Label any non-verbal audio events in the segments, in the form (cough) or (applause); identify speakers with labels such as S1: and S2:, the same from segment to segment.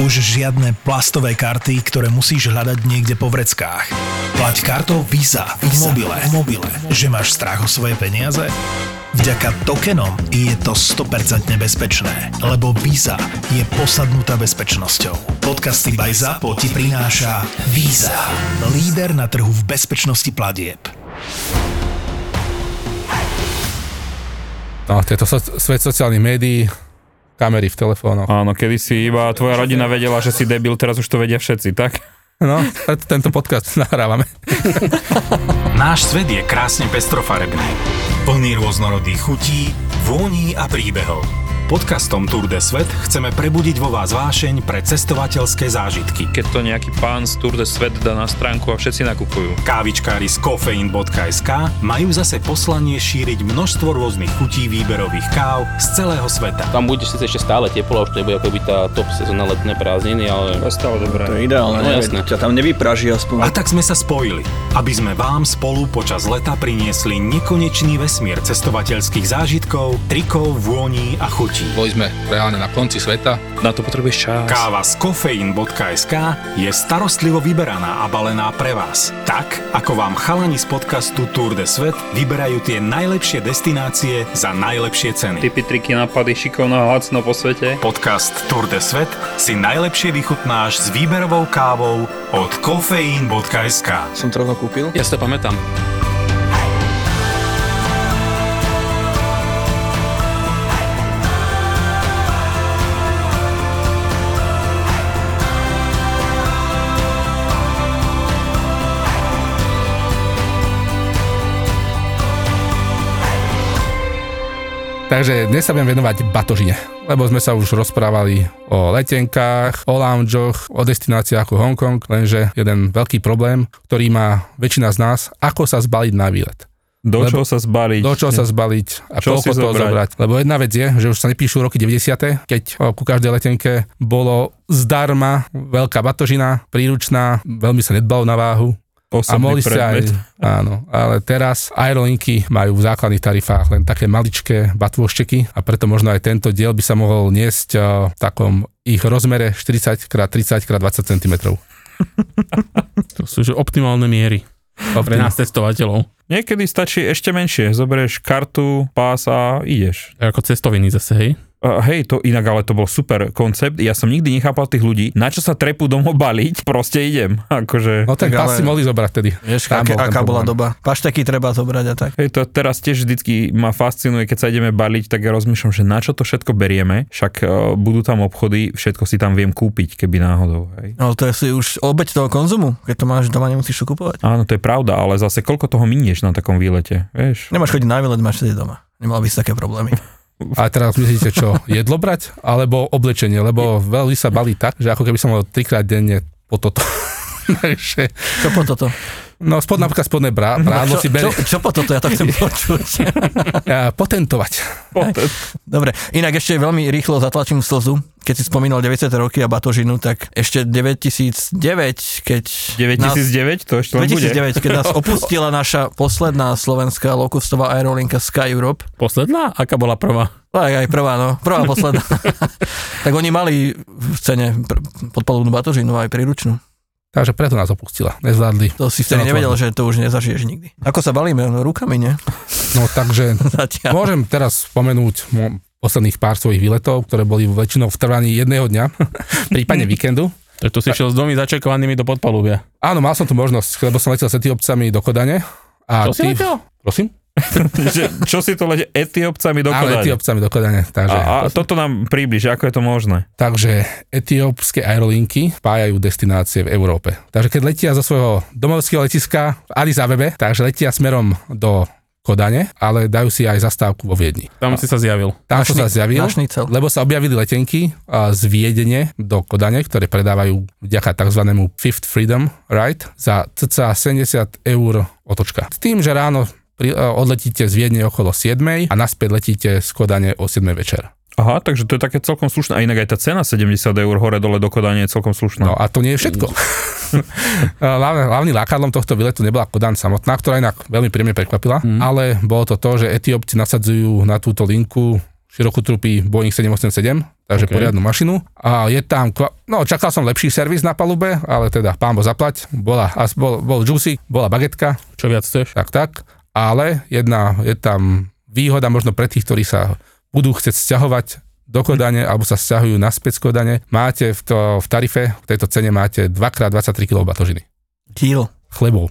S1: Už žiadne plastové karty, ktoré musíš hľadať niekde po vreckách. Plať kartou Visa, v mobile, v mobile. Že máš strach o svoje peniaze? Vďaka tokenom je to 100% bezpečné, lebo Visa je posadnutá bezpečnosťou. Podcasty by Zapo ti prináša Visa, líder na trhu v bezpečnosti platieb.
S2: No, tieto so, svet sociálnych médií, kamery v telefónoch.
S3: Áno, kedy si iba tvoja rodina vedela, že si debil, teraz už to vedia všetci, tak?
S2: No, preto tento podcast (laughs) nahrávame.
S4: Náš svet je krásne pestrofarebný. Plný rôznorodých chutí, vôní a príbehov. Podcastom Tour de Svet chceme prebudiť vo vás vášeň pre cestovateľské zážitky.
S5: keď to nejaký pán z Tour de Svet dá na stránku a všetci nakupujú.
S4: Kávičkári z kofeín.sk majú zase poslanie šíriť množstvo rôznych chutí výberových káv z celého sveta.
S6: Tam bude síce ešte stále teplo, a už to nebude akoby tá top sezóna letné prázdniny, ale...
S5: Stále
S7: To
S5: dobré.
S7: je
S6: No,
S7: ideálne, nevie-
S6: jasné.
S7: ťa tam nevypraží
S4: A
S7: aspoň.
S4: tak sme sa spojili, aby sme vám spolu počas leta priniesli nekonečný vesmír cestovateľských zážitkov, trikov, vôní a chutí.
S2: Boli sme reálne na konci sveta.
S5: Na to potrebuješ čas.
S4: Káva z kofeín.sk je starostlivo vyberaná a balená pre vás. Tak, ako vám chalani z podcastu Tour de Svet vyberajú tie najlepšie destinácie za najlepšie ceny.
S5: Typy, triky, napady, šikovná lacno po svete.
S4: Podcast Tour de Svet si najlepšie vychutnáš s výberovou kávou od kofeín.sk.
S7: Som to rovno kúpil.
S6: Ja si to pamätám.
S2: Takže dnes sa budem venovať batožine, lebo sme sa už rozprávali o letenkách, o loungeoch, o destináciách ako Hongkong, lenže jeden veľký problém, ktorý má väčšina z nás, ako sa zbaliť na výlet.
S3: Do
S2: Lebo-
S3: čoho sa zbaliť?
S2: Do čoho sa zbaliť a
S3: Čo
S2: koľko
S3: si
S2: toho
S3: zobrať?
S2: zobrať. Lebo jedna vec je, že už sa nepíšu roky 90., keď o, ku každej letenke bolo zdarma veľká batožina, príručná, veľmi sa nedbalo na váhu. A
S3: Osobný
S2: mohli ste aj,
S3: predmet.
S2: áno, ale teraz aerolinky majú v základných tarifách len také maličké batôšteky a preto možno aj tento diel by sa mohol niesť eh, v takom ich rozmere 40x30x20 cm.
S8: (laughs) To sú že optimálne miery pre nás cestovateľov.
S3: Niekedy stačí ešte menšie. Zoberieš kartu, pás a ideš.
S8: Ako cestoviny zase, hej.
S3: Uh, hej, to inak ale to bol super koncept. Ja som nikdy nechápal tých ľudí, na čo sa trepú domov baliť, proste idem. (laughs) Akože...
S2: No ten
S7: Tak
S2: pas
S7: ale-
S2: si mohli zobrať tedy.
S7: Vieš,
S2: Tam
S7: aké,
S2: bol ten
S7: aká bola
S2: problém.
S7: doba. Pašteky treba zobrať a tak.
S3: Hej, to teraz tiež vždycky ma fascinuje, keď sa ideme baliť, tak ja rozmýšľam, že na čo to všetko berieme, však e, budú tam obchody, všetko si tam viem kúpiť, keby náhodou, hej.
S7: No ale to je si už obeď toho konzumu, keď to máš doma, nemusíš to kupovať.
S3: Áno, to je pravda, ale zase koľko toho minieš na takom výlete, vieš?
S7: Nemáš chodiť na výlet, máš sedieť doma. Nemal by si také problémy.
S2: A teraz myslíte čo, jedlo brať alebo oblečenie, lebo veľmi sa balí tak, že ako keby som mal trikrát denne po toto. (laughs) Takže,
S7: Čo po toto? (laughs)
S2: no spod, napríklad spodné brá, brádlo
S7: No, čo,
S2: si
S7: čo,
S2: berie
S7: čo po toto? Ja to (laughs) chcem počuť.
S2: eh, potentovať.
S7: Dobre, inak ešte veľmi rýchlo zatlačím slzu. Keď si spomínal 90. roky a batožinu, tak ešte 9009, keď... Nás,
S3: 9009, to ešte len bude.
S7: 2009, keď nás (laughs) opustila naša posledná slovenská lokustová aerolinka Sky Europe.
S8: Posledná? Aká bola prvá?
S7: Aj, aj prvá, no. Prvá, (laughs) posledná. tak oni mali v cene pr- podpalubnú batožinu aj príručnú.
S2: Takže preto nás opustila, nezvládli.
S7: To si
S2: No,
S7: vtedy
S2: to-
S7: nevedel, že to už nezažiješ nikdy. Ako sa balíme? No, rukami, ne?
S2: No takže
S7: (laughs) Zatiaľ.
S2: Môžem teraz spomenúť mo- posledných pár svojich výletov, ktoré boli väčšinou v trvaní jedného dňa, (laughs) prípadne víkendu.
S8: Tak to si šiel s dvomi začekovanými do podpalubia.
S2: Áno, mal som tu možnosť, lebo som letel s etiopcami do Kodane. A
S8: To si
S2: ty-
S8: letel?
S2: Prosím?
S3: (laughs) Že, čo si to lete etiópcami do
S2: Áno,
S3: Kodane?
S2: etiopcami do Kodane. Takže,
S3: A, a toto nám približ, ako je to možné.
S2: takže etiópske aerolinky pájajú destinácie v Európe. Takže keď letia zo svojho domovského letiska v Addis Abebe, takže letia smerom do Kodane, ale dajú si aj zastávku vo Viedni.
S8: Tam si sa zjavil.
S2: Tam som sa
S7: Našni-
S2: zjavil,
S7: našnicel.
S2: lebo sa objavili letenky a, z Viedene do Kodane, ktoré predávajú vďaka tzv. Fifth Freedom Ride za cca 70 eur otočka. S tým, že ráno pri, a, odletíte z Viedne okolo 7 a naspäť letíte z Kodane o 7 večer.
S3: Aha, takže to je také celkom slušné. A inak aj tá cena 70 eur hore dole do Kodane je celkom
S2: No
S3: slušná.
S2: a to nie je všetko. Hlavne- Hlavným lákadlom tohto výletu nebola Kodan samotná, ktorá inak veľmi príjemne prekvapila, ale bolo to to, že Etiópci nasadzujú na túto linku širokotrupý Boeing 787, takže okay.
S8: OK.
S2: poriadnu mašinu. A je tam, kva- no čakal som lepší servis na palube, ale teda pán bo zaplať, bola, as- bol, bol juicy, bola bagetka,
S8: Čo viac chceš?
S2: tak, tak. Ale jedna, je tam výhoda možno pre tých, ktorí sa budú chcieť sťahovať do Kodane alebo sa sťahujú naspäť z Kodane. Máte v, to, v tarife, v tejto cene máte 2x23 kg batožiny.
S7: Deal.
S8: (laughs)
S2: Chlebov.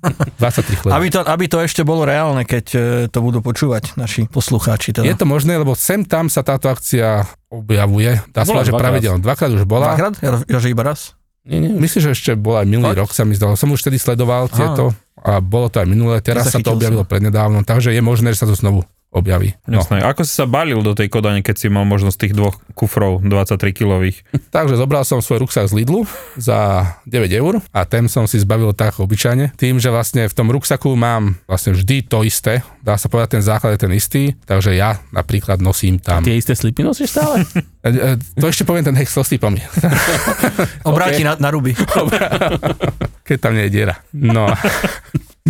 S2: 23 chlebov.
S7: Aby to, aby to ešte bolo reálne, keď e, to budú počúvať naši poslucháči.
S2: Je
S7: Teda.
S2: to možné, lebo sem tam sa táto akcia objavuje. Dá sa povedať,
S8: Bola
S2: že
S8: dvakrát.
S2: pravidelne. Dvakrát už bola.
S7: Dvakrát? Jo- Jože iba raz?
S8: Nie, nie.
S2: Myslím, že ešte bola aj minulý
S7: Fakt?
S2: rok, sa mi zdalo. Som už vtedy sledoval tieto a bolo to aj minulé. Teraz sa to
S7: Nezachytil
S2: objavilo prednedávno, takže je možné, že sa to znovu objaví. No.
S3: Jasné. Ako si sa balil do tej Kodane, keď si mal možnosť tých dvoch kufrov 23 kilových?
S2: Takže zobral som svoj ruksak z Lidlu za 9 eur a ten som si zbavil tak obyčajne. Tým, že vlastne v tom ruksaku mám vlastne vždy to isté, dá sa povedať, ten základ je ten istý, takže ja napríklad nosím tam. E,
S8: Tie isté slipy nosíš stále?
S2: e, To ešte poviem ten hex so slipami,
S7: Obráti na, na (laughs) ruby.
S2: (laughs) keď tam nie je diera. No. (laughs)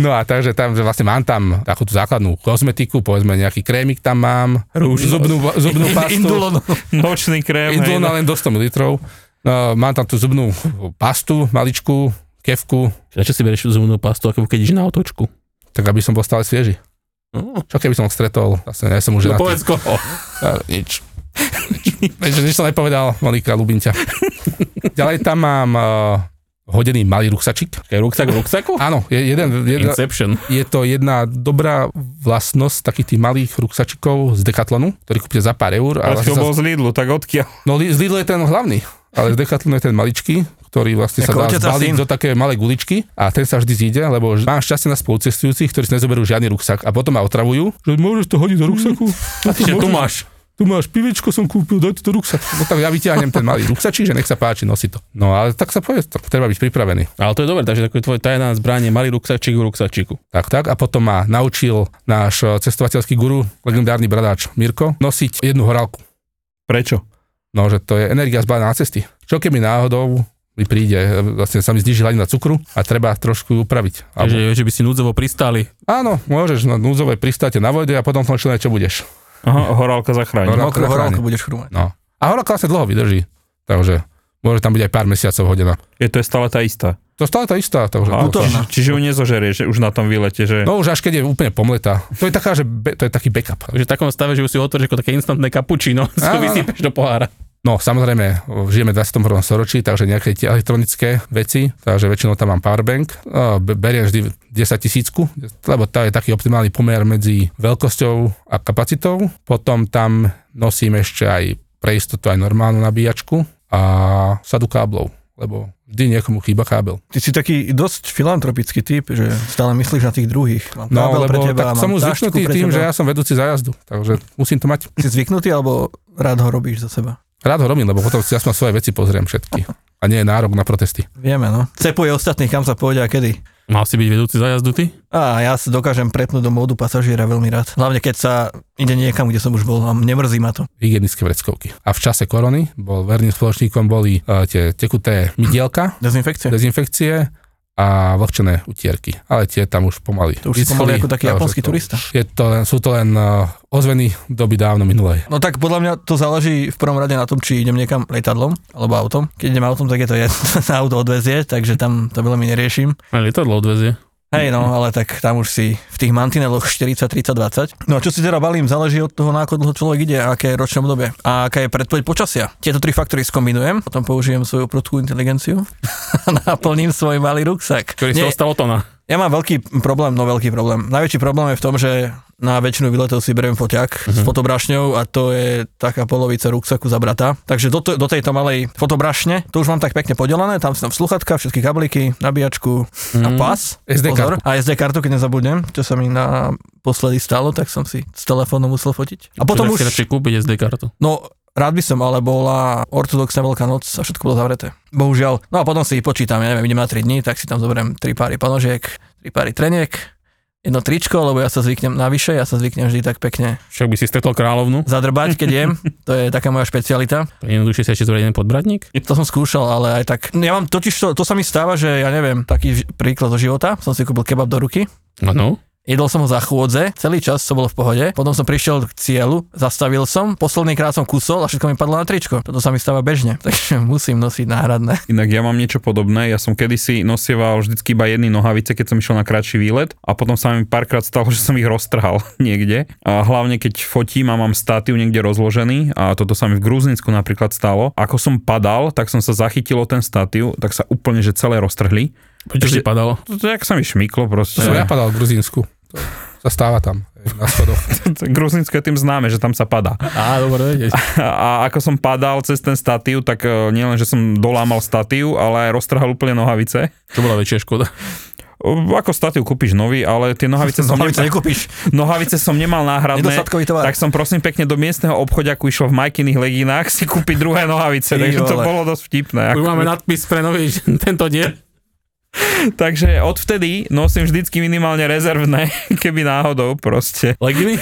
S2: No a takže tam že vlastne mám tam takú tú základnú kozmetiku, povedzme nejaký krémik tam mám, Rúž, zubnú, zubnú pastu.
S7: Indulon.
S3: (laughs) Nočný krém. hej,
S2: Indulon
S3: no.
S2: na len do 100 ml. No, mám tam tú zubnú pastu, maličku, kevku,
S8: Prečo si berieš zubnú pastu, ako keď ideš na otočku?
S2: tak aby som bol stále svieži. Čo keby som stretol, vlastne ja som už
S8: No
S2: na (laughs) tým.
S8: povedz koho.
S2: A Nič. Nič. Takže nič som nepovedal, Malíka, ľúbim
S8: (laughs)
S2: ťa. Ďalej tam mám uh, hodený malý ruksačik.
S8: Čakaj, Ruksak v
S3: No,
S8: ruksaku?
S2: Áno, je, jeden, jedna,
S8: Inception.
S2: je to jedna dobrá vlastnosť takých tých malých ruksačikov z Decathlonu, ktorý kúpite za pár eur.
S3: Ale
S2: vlastne
S3: to
S2: sa-
S3: bol z Lidlu, tak odkiaľ?
S2: No Li- z Lidl je ten hlavný, ale z Decathlonu je ten maličký, ktorý vlastne sa
S7: Ako
S2: dá
S7: otec a
S2: zbaliť
S7: syn.
S2: do také malé guličky a ten sa vždy zíde, lebo ž- mám šťastie na spolucestujúcich, ktorí si nezoberú žiadny ruksak a potom ma otravujú, že môžeš to hodiť do ruksaku. A ty,
S8: Čo Mm. tu
S2: môžeš-
S8: máš?
S2: tu máš pivečko, som kúpil, daj to do ruksaku. No tak ja vyťahnem ten malý ruksačík, že nech sa páči, nosí to. No ale tak sa povie, to, treba byť pripravený.
S8: Ale to je dobré, takže taký tvoj tajná zbranie, malý ruksačík v ruksačíku.
S2: Tak, tak. A potom ma naučil náš e, cestovateľský guru, legendárny bradáč Mirko, nosiť jednu horálku.
S3: Prečo?
S2: No, že to je energia zbalená na cesty. Čo keby náhodou mi príde, e, vlastne sa mi zniží hladina cukru a treba trošku ju upraviť.
S8: Takže,
S2: Alebo,
S8: že by si núdzovo pristali.
S2: áno, môžeš na núzové pristáte na vode a potom v tom člene, čo budeš.
S3: Aha, horálka zachráni.
S2: Horálka.
S7: Mokrú
S2: na chráne.
S7: horálku budeš chrúmať.
S2: No. A horálka vlastne dlho vydrží. Takže môže tam byť aj pár mesiacov hodená.
S3: Je to je stále tá istá.
S2: To stále tá istá. Takže,
S8: No,
S3: Aha,
S7: Útorná.
S3: čiže, čiže ju nezožerieš že už na tom výlete, že...
S2: No už až keď je úplne pomletá. To je taká, že be, to je taký backup.
S8: Takže v takom stave, že už si ho otvoríš ako také instantné kapučino, (laughs) si to
S2: Áno.
S8: vysypeš do pohára.
S2: No samozrejme, žijeme v 21. storočí, takže nejaké tie elektronické veci, takže väčšinou tam mám powerbank, a be- beriem vždy 10 tisícku, lebo to je taký optimálny pomer medzi veľkosťou a kapacitou. Potom tam nosím ešte aj pre istotu aj normálnu nabíjačku a sadu káblov, lebo vždy niekomu chýba kábel.
S7: Ty si taký dosť filantropický typ, že stále myslíš na tých druhých. Mám
S2: No,
S7: kábel pre
S2: lebo
S7: teba,
S2: tak
S7: mám
S2: som už
S7: tašku
S2: zvyknutý
S7: pre
S2: tým,
S7: teba.
S2: že ja som vedúci zájazdu, takže musím to mať.
S7: Si zvyknutý, alebo rád ho robíš za seba?
S2: Rád ho robím, lebo potom si aspoň svoje veci pozriem všetky. A nie je nárok na protesty.
S7: Vieme, no. Cepuje ostatných, kam sa povedia kedy.
S8: Mal si byť vedúci zajazdu ty?
S7: A ja sa dokážem pretnúť do módu pasažiera veľmi rád. Hlavne keď sa ide niekam, kde som už bol a nemrzí ma to.
S2: hygienické vreckovky. A v čase korony bol verným spoločníkom boli e, tie tekuté mydielka,
S7: Dezinfekcia.
S2: dezinfekcie a vlhčené utierky. Ale tie tam už pomaly.
S7: To už si
S2: vyschli,
S7: pomaly ako taký
S2: takže
S7: japonský
S2: to
S7: turista.
S2: už Je to len, sú to len e, ozveny doby dávno minulej.
S7: No tak podľa mňa to záleží v prvom rade na tom, či idem niekam lietadlom alebo autom. Keď idem autom, tak je to jedno, (laughs) auto odvezie, takže tam to veľmi neriešim.
S8: Aj lietadlo odvezie.
S7: Hej, no, ale tak tam už si v tých mantineloch 40, 30, 20. No a čo si teda balím, záleží od toho, na ako dlho človek ide, a aké je ročné obdobie a aká je predpoveď počasia. Tieto tri faktory skombinujem, potom použijem svoju prudkú inteligenciu (laughs) a naplním svoj malý ruksak.
S8: Ktorý si
S7: Nie,
S8: ostal tona.
S7: ja mám veľký problém, no veľký problém. Najväčší problém je v tom, že na väčšinu výletov si beriem foťák s fotobrašňou a to je taká polovica ruksaku zabrata. Takže do, to, do tejto malej fotobrašne, to už mám tak pekne podelené, tam sú tam sluchatka, všetky kabliky, nabíjačku a pas.
S2: SD
S7: Pozor. A SD kartu, keď nezabudnem, čo sa mi naposledy stalo, tak som si s telefónom musel fotiť. A
S8: Že
S7: potom
S8: si
S7: už,
S8: radšej kúpiť SD kartu.
S7: no rád by som, ale bola ortodoxná veľká noc a všetko bolo zavreté. Bohužiaľ. No a potom si počítam, ja neviem, idem na 3 dní, tak si tam zoberiem 3 páry ponožiek, 3 páry treniek, jedno tričko, lebo ja sa zvyknem navyše, ja sa zvyknem vždy tak pekne
S8: Však by si stretol kráľovnu,
S7: zadrbať, keď jem. (laughs) To je taká moja špecialita.
S8: tak jednoduchšie si ešte zobrať jeden podbradník.
S7: To som skúšal, ale aj tak. Ja mám totiž, to, to sa mi stáva, že ja neviem, taký ž- príklad zo života, som si kúpil kebab do ruky
S8: No, no.
S7: Jedol som ho za chôdze, celý čas som bol v pohode, potom som prišiel k cieľu, zastavil som, posledný krát som kusol a všetko mi padlo na tričko. Toto sa mi stáva bežne, (laughs) takže musím nosiť náhradné.
S3: Inak ja mám niečo podobné, ja som kedysi nosieval vždycky iba jedny nohavice, keď som išiel na kratší výlet a potom sa mi párkrát stalo, (laughs) že som ich roztrhal niekde. A hlavne keď fotím a mám statív niekde rozložený a toto sa mi v Gruznicku napríklad stalo, ako som padal, tak som sa zachytilo ten statív, tak sa úplne že celé roztrhli.
S8: Prečo si
S3: Ešte-
S8: padalo?
S3: To, to, jak sa mi šmyklo proste.
S2: To som
S8: Eh.
S2: ja padal v Gruzínsku. To sa stáva tam, hej, na schodoch.
S3: Gruzinsko je tým známe, že tam sa padá.
S8: Á, dobre vedieť.
S3: A ako som padal cez ten statív, tak e, nielen, že som dolámal statív, ale aj roztrhal úplne nohavice.
S8: To bola väčšia škoda.
S3: O, Ako statív kúpiš nový, ale tie nohavice
S7: (laughs)
S3: som,
S7: Nohavice
S3: nemal,
S7: nekúpiš,
S3: nohavice som nemal náhradné,
S7: nedostatkový tovar.
S3: tak som prosím pekne do miestneho obchodiaku išiel v majkyných leginách si kúpiť druhé nohavice,
S7: (laughs) Ty
S3: takže to
S7: vole.
S3: bolo dosť vtipné.
S8: Už
S3: Ako,
S8: máme nadpis pre nový,
S7: (laughs)
S8: že tento nie.
S3: takže odvtedy nosím vždycky minimálne rezervné, (laughs) keby náhodou proste.
S8: Leginy?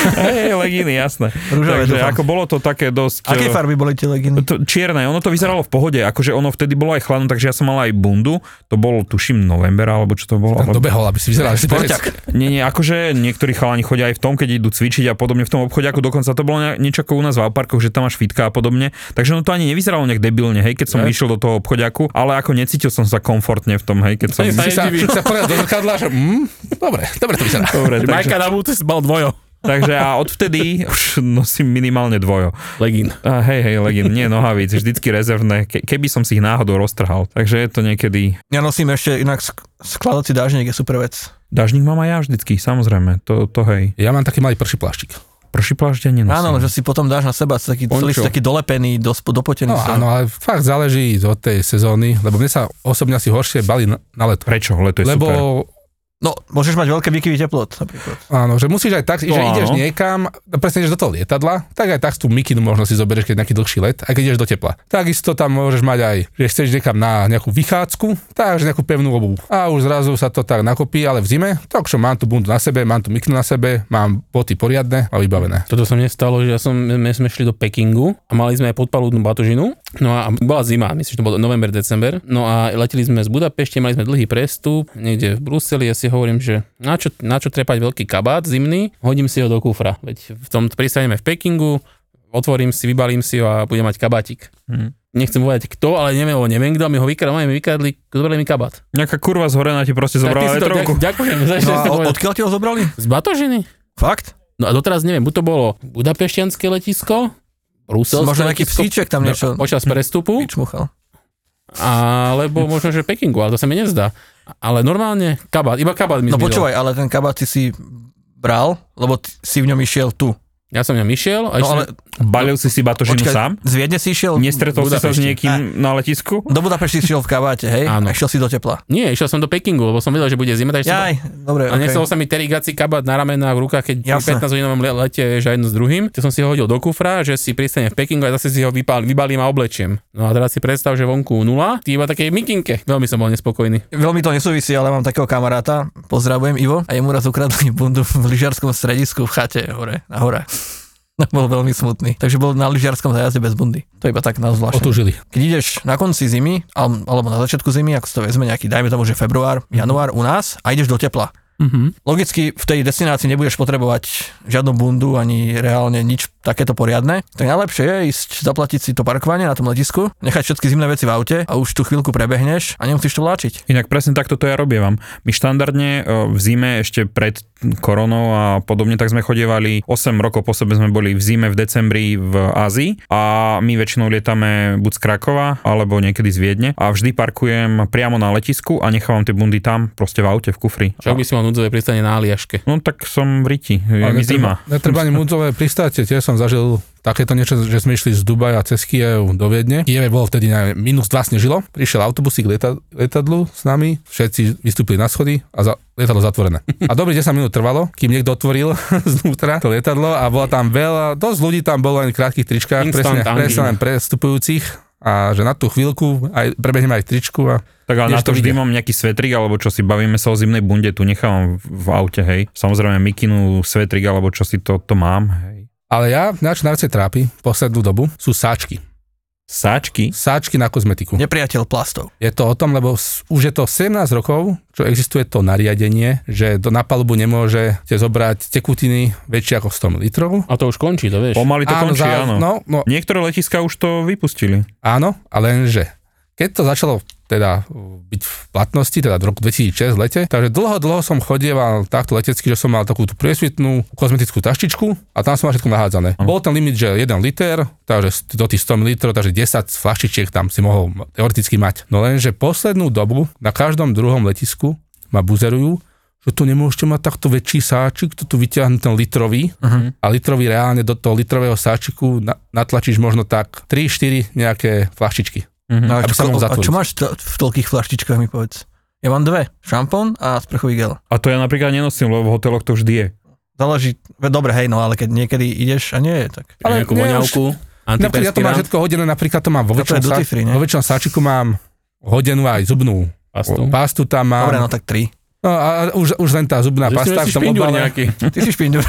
S3: Hej, leginy, jasné.
S7: Rúžové,
S3: takže
S7: dúfam.
S3: ako bolo to také dosť...
S7: Aké
S3: e,
S7: farby boli tie leginy?
S3: To, čierne, ono to vyzeralo v pohode, akože ono vtedy bolo aj chladno, takže ja som mal aj bundu, to bolo tuším november, alebo čo to bolo.
S2: Tam
S3: alebo-
S2: dobehol, aby si vyzeral, že si borec.
S3: Nie, nie, akože niektorí chalani chodia aj v tom, keď idú cvičiť a podobne v tom obchode, ako dokonca to bolo ne- niečo ako u nás v Alparkoch, že tam máš fitka a podobne. Takže ono to ani nevyzeralo nejak debilne, hej, keď som išiel do toho obchodiaku, ale ako necítil som sa komfortne v tom, hej, keď som...
S8: Hej,
S2: Si sa,
S8: divý.
S2: si sa povedal do zrkadla, že mm, dobre, dobre to vyzerá.
S3: (laughs) Dobre, takže,
S8: Majka na búte si mal dvojo.
S3: takže a odvtedy už nosím minimálne dvojo.
S8: Legín.
S3: A hej, hej, legin, nie nohavíc, vždycky rezervné, ke, keby som si ich náhodou roztrhal. Takže je to niekedy...
S7: Ja nosím ešte inak sk- skladací dážnik je super vec.
S3: Dážnik mám aj ja vždycky, samozrejme, to, to hej.
S2: Ja mám taký malý prší pláštik.
S3: Prší plášť ja nenosím.
S7: Áno, no, že si potom dáš na seba taký,
S3: Pončo.
S7: celý si taký dolepený, dospo, dopotený.
S2: No
S7: sa.
S2: áno, ale fakt záleží od tej sezóny, lebo mne sa osobne asi horšie balí na, na leto.
S3: Prečo? Leto je
S2: Lebo
S3: super.
S7: no, môžeš mať veľké výkyvy teplot napríklad.
S2: áno, že musíš aj tak,
S3: To
S2: že
S3: áno.
S2: ideš niekam, no presne ideš do toho lietadla, tak aj tak tú mikinu možno si zoberieš, keď je nejaký dlhší let, a keď ideš do tepla. Takisto tam môžeš mať aj, že chceš niekam na nejakú vychádzku, takže nejakú pevnú obu. A už zrazu sa to tak nakopí, ale v zime, tak čo mám tu bundu na sebe, mám tu mikinu na sebe, mám boty poriadne a vybavené.
S8: Toto sa mne stalo, že ja som, my sme šli do Pekingu a mali sme aj podpalúdnu batožinu. No a bola zima, myslím, že to bol november, december. No a leteli sme z Budapešte, mali sme dlhý prestup niekde v Bruseli. Ja si hovorím, že na čo, na čo trepať veľký kabát zimný, hodím si ho do kufra. Veď v tom pristaneme v Pekingu, otvorím si, vybalím si ho a budem mať kabátik.
S7: Mhm.
S3: Hm.
S8: Nechcem povedať kto, ale neviem, o neviem kto, a mi ho vykradli, mi vykradli, zobrali mi kabát.
S3: Nejaká kurva z hore na ti proste
S8: Tak ty
S3: zobrala
S8: si to
S3: vetrovku.
S8: ďak- Ďakujem, za že
S7: No a
S8: ste
S7: od,
S8: povedali.
S7: odkiaľ ti ho zobrali?
S8: Z batožiny?
S7: Fakt?
S8: No a doteraz neviem, buď to bolo budapešťanské letisko, bruselské
S7: Možno nejaký
S8: letisko,
S7: psíček tam niečo
S8: počas prestupu,
S7: vyčmuchal.
S8: alebo možno, že Pekingu, ale to sa mi nezdá. Ale normálne kabát, iba kabát mi
S7: No
S8: zmizol.
S7: počúvaj, ale ten kabát si si bral, lebo t- si v ňom išiel tu.
S8: Ja som ňom išiel a
S7: No
S8: no,
S7: ale
S3: Balil si si batožinu
S7: počkaj,
S3: sám?
S7: z Viedne si išiel?
S3: Nestretol si sa s
S8: Budapešti.
S3: niekým na letisku?
S7: Do Budapešti si išiel v kabáte, hej?
S8: Áno.
S7: A išiel si do tepla.
S8: nie, išiel som do Pekingu, lebo som vedel, že bude zima, takže som
S7: Jaj,
S8: A
S7: dobre,
S8: nechcel
S7: okay.
S8: sa mi terigací kabát na ramenách v rukách, keď Jasne.
S7: Jasné.
S8: pri 15 hodinovom le- lete vieš, aj jedno s druhým. Tak som si ho hodil do kufra, že si pristane v Pekingu a zase si ho vypal, vybalím a oblečiem. No a teraz si predstav, že vonku nula, ty iba také mikinke. Veľmi som bol nespokojný.
S7: Veľmi to nesúvisí, ale mám takého kamaráta, pozdravujem Ivo, a jemu raz ukradli (laughs) bundu v lyžiarskom stredisku v chate hore, (laughs) na horách. bol veľmi smutný. Takže bol na lyžiarskom zajazde bez bundy. To je iba tak na zvláštne.
S2: Otužili.
S7: keď ideš na konci zimy, al- alebo na začiatku zimy, ako si to vezme nejaký, dajme tomu, že február, január u nás, a ideš do tepla.
S8: Mhm.
S7: Logicky v tej destinácii nebudeš potrebovať žiadnu bundu ani reálne nič takéto poriadne. Tak najlepšie je ísť zaplatiť si to parkovanie na tom letisku, nechať všetky zimné veci v aute a už tú chvíľku prebehneš a nemusíš to vláčiť.
S3: Inak presne takto to ja robievam. My štandardne e, v zime ešte pred koronou a podobne, tak sme chodievali 8 rokov po sebe sme boli v zime v decembri v Ázii a my väčšinou lietame buď z Krakova alebo niekedy z Viedne a vždy parkujem priamo na letisku a nechávam tie bundy tam, proste v aute, v kufri.
S8: Čo by si mal núdzové pristane na Aliaške?
S3: No tak som v riti, je
S2: Ale
S3: mi
S2: netreba-
S3: zima.
S2: Netreba ani núdzové pristátie, tiež som zažil takéto niečo, že sme išli z Dubaja cez Kiev do Viedne. Kieve bolo vtedy neviem, minus 2 snežilo, prišiel autobusík k lieta, lietadlu s nami, všetci vystúpili na schody a za, lietadlo zatvorené. A dobrých 10 minút trvalo, kým niekto otvoril (laughs) znútra to lietadlo a bola tam veľa, dosť ľudí tam bolo len v krátkych tričkách, presne,
S8: Instant
S3: no.
S8: angína.
S2: presne len prestupujúcich a že na tú chvíľku aj prebehneme aj tričku a
S3: Tak ale na
S2: Než to
S3: to vždy
S2: ide.
S3: mám nejaký svetrik, alebo čo si bavíme sa o zimnej bunde, tu nechávam v- v aute, hej. Samozrejme mikinu, svetrik, alebo čo si to, to mám, hej.
S2: Ale ja, mňa čo najviac trápi poslednú dobu, sú sáčky.
S3: Sáčky?
S2: sáčky na kozmetiku.
S7: Nepriateľ plastov.
S2: Je to o tom, lebo s- už je to 17 rokov, čo existuje to nariadenie, že do na palubu nemôžete zobrať tekutiny väčšie ako 100 ml.
S8: A to už končí, to vieš.
S3: Pomaly to končí, áno.
S2: No, no,
S3: Niektoré letiska už to vypustili.
S2: áno, a lenže. Keď to začalo teda byť v platnosti, teda v roku 2006 v lete, takže dlho, dlho som chodieval takto letecky, že som mal takú tú priesvitnú kozmetickú taštičku a tam som mal všetko nahádzané. Bol ten limit, že 1 liter, takže do tých 100 ml, takže 10 flaštičiek tam si mohol teoreticky mať. No lenže poslednú dobu na každom druhom letisku ma buzerujú, že tu nemôžete mať takto väčší sáčik, tu tu vyťahne ten litrový uh-huh. a litrový reálne do toho litrového sáčiku na, natlačíš možno tak 3-4 nejaké flaštičky.
S7: No a,
S2: Aby
S7: čo,
S2: sa mohol
S7: a
S2: zatvoriť.
S7: čo máš to, v toľkých flaštičkách mi povedz? Ja mám dve. Šampón a sprchový gel.
S3: A to ja napríklad nenosím, lebo v hoteloch to vždy je.
S7: Záleží, ve- dobre, hej, no ale keď niekedy ideš a nie je tak.
S2: Ale
S8: nejakú
S2: nie,
S8: voňavku,
S2: Napríklad ja to mám
S8: antiperspirant,
S2: všetko hodené, napríklad to mám vo
S7: Toto
S2: väčšom,
S7: je duty free, ne?
S2: vo väčšom sáčiku mám hodenú aj zubnú
S8: pastu.
S2: pastu tam mám.
S7: Dobre, no tak tri.
S2: no a už, už len tá zubná
S8: Že si
S2: pasta v
S8: nosíš
S2: tom
S8: pindur
S2: obale.
S8: nejaký.
S7: Ty si špindur.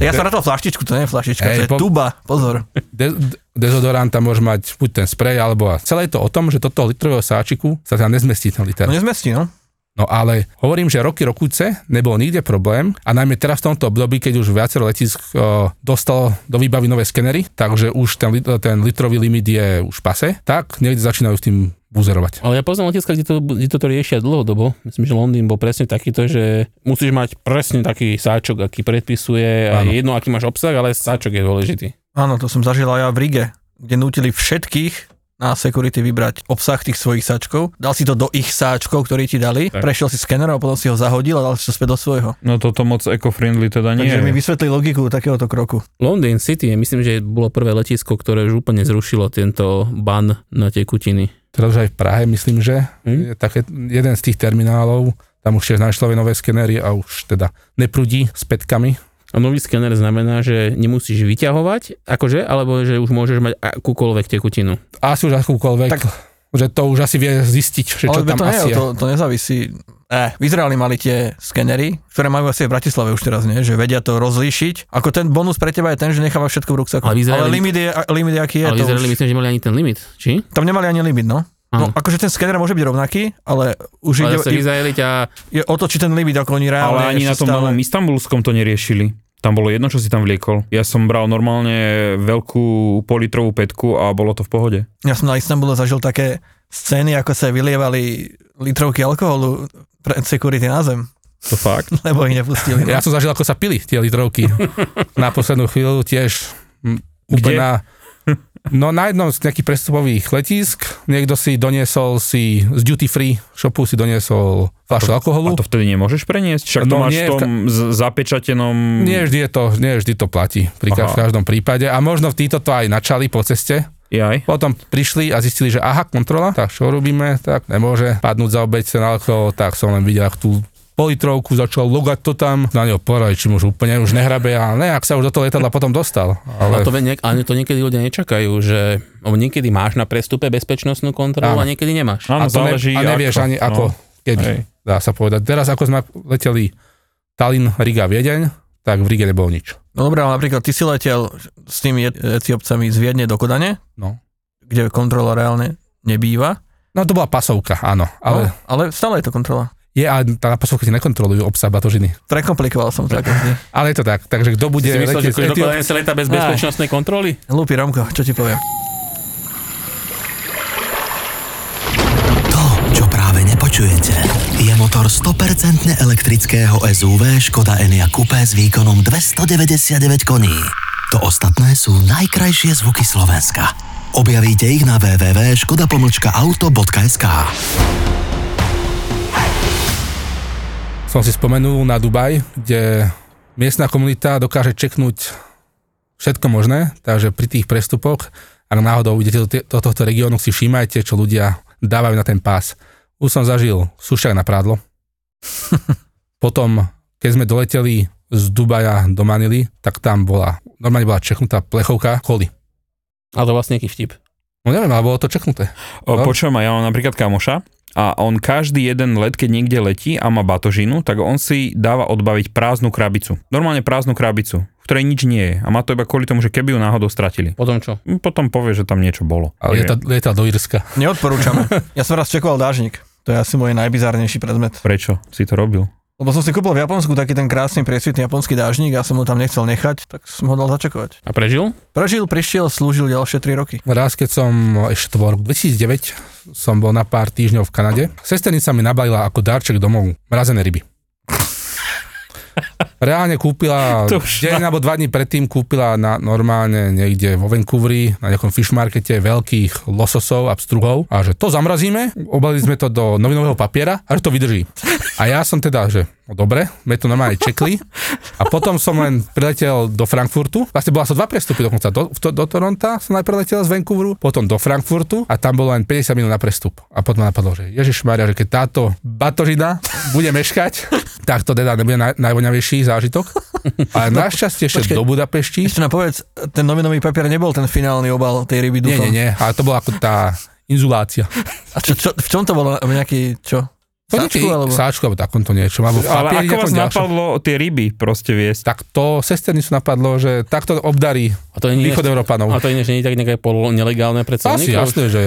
S7: tak ja som rátal flaštičku, to nie je flaštička,
S2: Hej,
S7: to je
S2: po-
S7: tuba, pozor.
S2: De- de- dezodorant tam môže mať buď ten sprej, alebo a celé je to o tom, že do toho litrového sáčiku sa tam nezmestí ten liter.
S7: No nezmestí, no.
S2: No ale hovorím, že roky rokuce nebol nikde problém a najmä teraz v tomto období, keď už viacero letisk o, dostalo do výbavy nové skenery, takže už ten, lit- e, ten litrový limit je už pase, tak niekde začínajú s tým buzerovať.
S8: Ale ja poznám letiska, kde, to, kde toto riešia dlhodobo. Myslím, že Londýn bol presne takýto, že musíš mať presne taký sáčok, aký predpisuje. A
S2: Áno.
S8: je jedno, aký máš obsah, ale sáčok je dôležitý.
S7: Áno, to som zažil aj ja v Rige, kde nutili všetkých na security vybrať obsah tých svojich sáčkov. Dal si to do ich sáčkov, ktorí ti dali,
S3: Tak.
S7: prešiel si skenerom, potom si ho zahodil a dal si to späť do svojho.
S3: No toto moc eco-friendly teda nie
S7: Takže mi
S3: je.
S7: vysvetli logiku takéhoto kroku.
S8: London City, myslím, že bolo prvé letisko, ktoré už úplne zrušilo tento ban na tekutiny.
S2: Teraz už aj v Prahe myslím, že je
S8: Hm?
S2: také, jeden z tých terminálov, tam už tiež našli nové skenery a už teda neprudí s petkami.
S8: A nový skener znamená, že nemusíš vyťahovať, akože, alebo že už môžeš mať akúkoľvek tekutinu.
S2: Asi už akúkoľvek, tak, že to už asi vie zistiť, že čo
S7: Ale
S2: tam
S7: to, nie,
S2: asi je.
S7: to, to nezávisí. Eh, v Izraeli mali tie skenery, ktoré majú asi aj v Bratislave už teraz, nie? že vedia to rozlíšiť. Ako ten bonus pre teba je ten, že nechávaš všetko v ruksaku.
S8: Ale v Izraeli-
S7: ale limit, je, limit je, aký je.
S8: Je ale
S7: to
S8: vyzerali,
S7: už,
S8: myslím, že nemali ani ten limit, či?
S7: tam nemali ani limit, no. No,
S8: Áno.
S7: akože ten skener môže byť rovnaký, ale
S8: Mhm.
S7: už
S8: Ale
S7: ide,
S8: zase v Izraeli ťa...
S7: je o to, či ten limit, ako oni reálne
S3: Ale ani na
S7: ešte
S3: tom
S7: stále-
S3: novom istambulskom to neriešili. Tam bolo jedno, čo si tam vliekol. Ja som bral normálne veľkú politrovú petku a bolo to v pohode.
S7: Ja som na Istanbule zažil také scény, ako sa vylievali litrovky alkoholu pred security na zem,
S3: To
S7: (laughs)
S3: fakt.
S7: lebo ich nepustili.
S2: Ja som zažil, ako sa pili tie
S3: (laughs)
S2: litrovky na poslednú chvíľu tiež. m,
S3: Kde?
S2: úplne Na, no na jednom z nejakých prestupových letísk niekto si doniesol si z duty free shopu si doniesol fľašu
S3: A
S2: alkoholu.
S3: to vtedy nemôžeš preniesť? Však to
S2: No
S3: máš
S2: nie,
S3: v tom z- zapečatenom...
S2: Nie vždy, je to, nie vždy to platí pri ka-
S3: Aha.
S2: v každom prípade a možno títo to aj načali po ceste.
S3: Jaj.
S2: Potom prišli a zistili, že aha, kontrola, tak čo robíme, tak nemôže padnúť za obeď ten alkohol, tak som len videl, ak tú politrovku, začal logať to tam, na neho poraj, či už úplne už nehrabe, ale ne, ak sa už do toho lietadla potom dostal.
S8: Ale
S2: Ale
S8: to, ve- niek- ale to niekedy ľudia nečakajú, že lebo niekedy máš na prestupe bezpečnostnú kontrolu
S2: Áno.
S8: a niekedy nemáš.
S3: Áno,
S2: a, to ne,
S3: záleží...
S2: a nevieš ani ako,
S3: no.
S2: kedy,
S3: Hej.
S2: dá sa povedať. Teraz ako sme leteli Tallinn, Riga, Viedeň, tak v Rige nebol nič.
S7: No dobré, ale napríklad ty si letel s tými etiopcami z Viedne do Kodane,
S2: No.
S7: kde kontrola reálne nebýva,
S2: No to bola pasovka, áno,
S7: ale,
S2: ale
S7: ale stále je to kontrola.
S2: je, a tá pasovka si nekontrolujú obsah batožiny.
S7: Prekomplikoval som to ako vždy.
S2: Ale je to tak, takže kto bude
S8: Si myslel,
S2: letieť z
S8: že akože
S2: Etiópie-
S8: dokonale sa leta bez
S7: Aj.
S8: bezpečnostnej kontroly?
S7: Lúpi Romko, čo ti poviem?
S9: To, čo práve nepočujete, je motor 100% elektrického SUV Škoda Enyaq Coupé s výkonom 299 koní. To ostatné sú najkrajšie zvuky Slovenska. Objavíte ich na www.škoda-auto.sk
S2: som si spomenul na Dubaj, kde miestna komunita dokáže čeknúť všetko možné, takže pri tých prestupoch, ak náhodou idete do, tie- do tohto regiónu, si všímajte, čo ľudia dávajú na ten pás. Už som zažil sušak na prádlo.
S8: (laughs)
S2: Potom, keď sme doleteli z Dubaja do Manily, tak tam bola, normálne bola čeknutá plechovka koli.
S8: A to vlastne nejaký vtip.
S2: No neviem, ale bolo to čeknuté.
S3: O,
S2: No.
S3: Počujem, ma, ja mám napríklad kamoša a on každý jeden let, keď niekde letí a má batožinu, tak on si dáva odbaviť prázdnu krabicu. Normálne prázdnu krabicu, v ktorej nič nie je. A má to iba kvôli tomu, že keby ju náhodou stratili.
S8: Potom čo?
S3: Potom povie, že tam niečo bolo.
S2: A lieta,
S3: Neviem,
S2: lieta do Irska.
S7: Neodporúčam. (laughs) ja som raz čekoval dážnik. To je asi môj najbizarnejší predmet.
S3: Prečo si to robil?
S7: Lebo som si kúpil v Japonsku taký ten krásny priesvitný japonský dážnik a som ho tam nechcel nechať, tak som ho dal začakovať.
S8: A prežil?
S7: Prežil, prišiel, slúžil ďalšie 3 roky.
S2: Raz, keď som, ešte to bol rok 2009, som bol na pár týždňov v Kanade. Sesternica mi nabalila ako darček domov mrazené ryby. Reálne kúpila,
S3: To už-
S2: deň alebo dva dní predtým kúpila na, normálne niekde vo Vancouveri, na nejakom fish markete veľkých lososov a pstruhov a že to zamrazíme, obalili sme to do novinového papiera a že to vydrží. A ja som teda, že no dobre, sme to normálne čekli a potom som len priletel do Frankfurtu. Vlastne bola som dva prestupy dokonca. Do, do, do Toronta som najprv letel z Vancouveru, potom do Frankfurtu a tam bolo len 50 minút na prestup. A potom ma napadlo, že Ježiš Maria, že keď táto batožina bude meškať, tak to teda nebude naj, najvoňavejší zážitok. Ale našťastie ešte
S7: Počkej.
S2: do Budapešti.
S7: Ešte nám povedz, ten novinový papier nebol ten finálny obal tej ryby,
S2: Nie,
S7: dúfam.
S2: nie, nie, ale to bola ako tá inzulácia.
S7: A čo, čo, v čom to bolo? Nejaký, čo?
S2: To
S7: Sačku,
S2: nejaký-
S7: alebo?
S2: Sáčku, alebo takomto niečo. Alebo
S3: Ale
S2: papieri,
S3: ako vás
S2: nejakom ďalšom.
S3: napadlo tie ryby proste viesť?
S2: Tak to sesternicu napadlo, že takto obdarí
S8: A to nie
S2: východ Európanov.
S8: A to iné, že nie je tak nejaké polo nelegálne pre
S2: Asi
S8: colníkov?
S2: jasné, že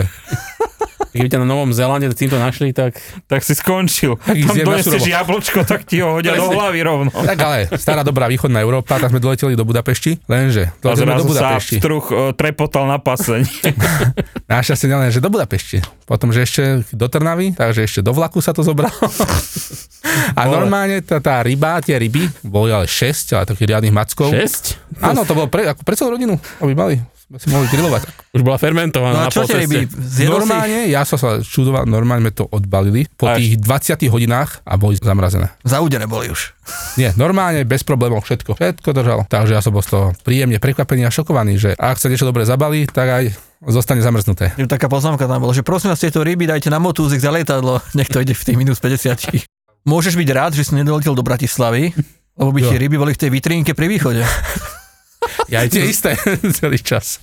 S8: Keby ťa na Novom Zélande s týmto našli, tak
S3: Tak si
S8: (laughs)
S3: skončil.
S2: Tak ich
S3: Tam
S2: zjem na
S3: donesieš
S2: surovo.
S3: jablčko, tak ti ho hodia do hlavy rovno.
S2: Tak ale, stará dobrá východná Európa, tak sme doleteli do Budapešti, lenže
S3: A
S2: doleteli sme do
S3: zrazu sa
S2: Budapešti.
S3: struh e, trepotal na
S8: (laughs)
S3: pasení.
S2: Našťastie nielen, že do Budapešti, potom, že ešte do Trnavy, takže ešte do vlaku sa to zobralo.
S3: (laughs)
S2: A normálne tá, tá ryba, tie ryby, boli ale 6, ale takých riadnych mackov.
S8: 6?
S2: Áno, to bolo pre, ako pre celú rodinu, aby mali, sme si mohli grilovať.
S8: Už bola fermentovaná
S7: No a
S8: na
S7: čo tie ryby?
S8: polceste.
S7: Zjedol si ich?
S2: normálne, ja som sa čudoval, normálne sme to odbalili po
S3: Až.
S2: tých 20 hodinách a boli zamrazené.
S7: Zaudené boli už.
S2: Nie, normálne, bez problémov, všetko. Všetko držalo. Takže ja som bol z toho príjemne prekvapený a šokovaný, že ak sa niečo dobre zabalí, tak aj zostane zamrznuté.
S7: Je Taká poznámka tam bola, že prosím vás tieto ryby dajte na motúzik za lietadlo, (laughs) nech to ide v tých minus 50. Môžeš byť rád, že si nedoletel do Bratislavy, lebo by tie ryby boli v tej vitrínke pri (laughs) východe.
S2: Ja aj tie isté (laughs) celý čas.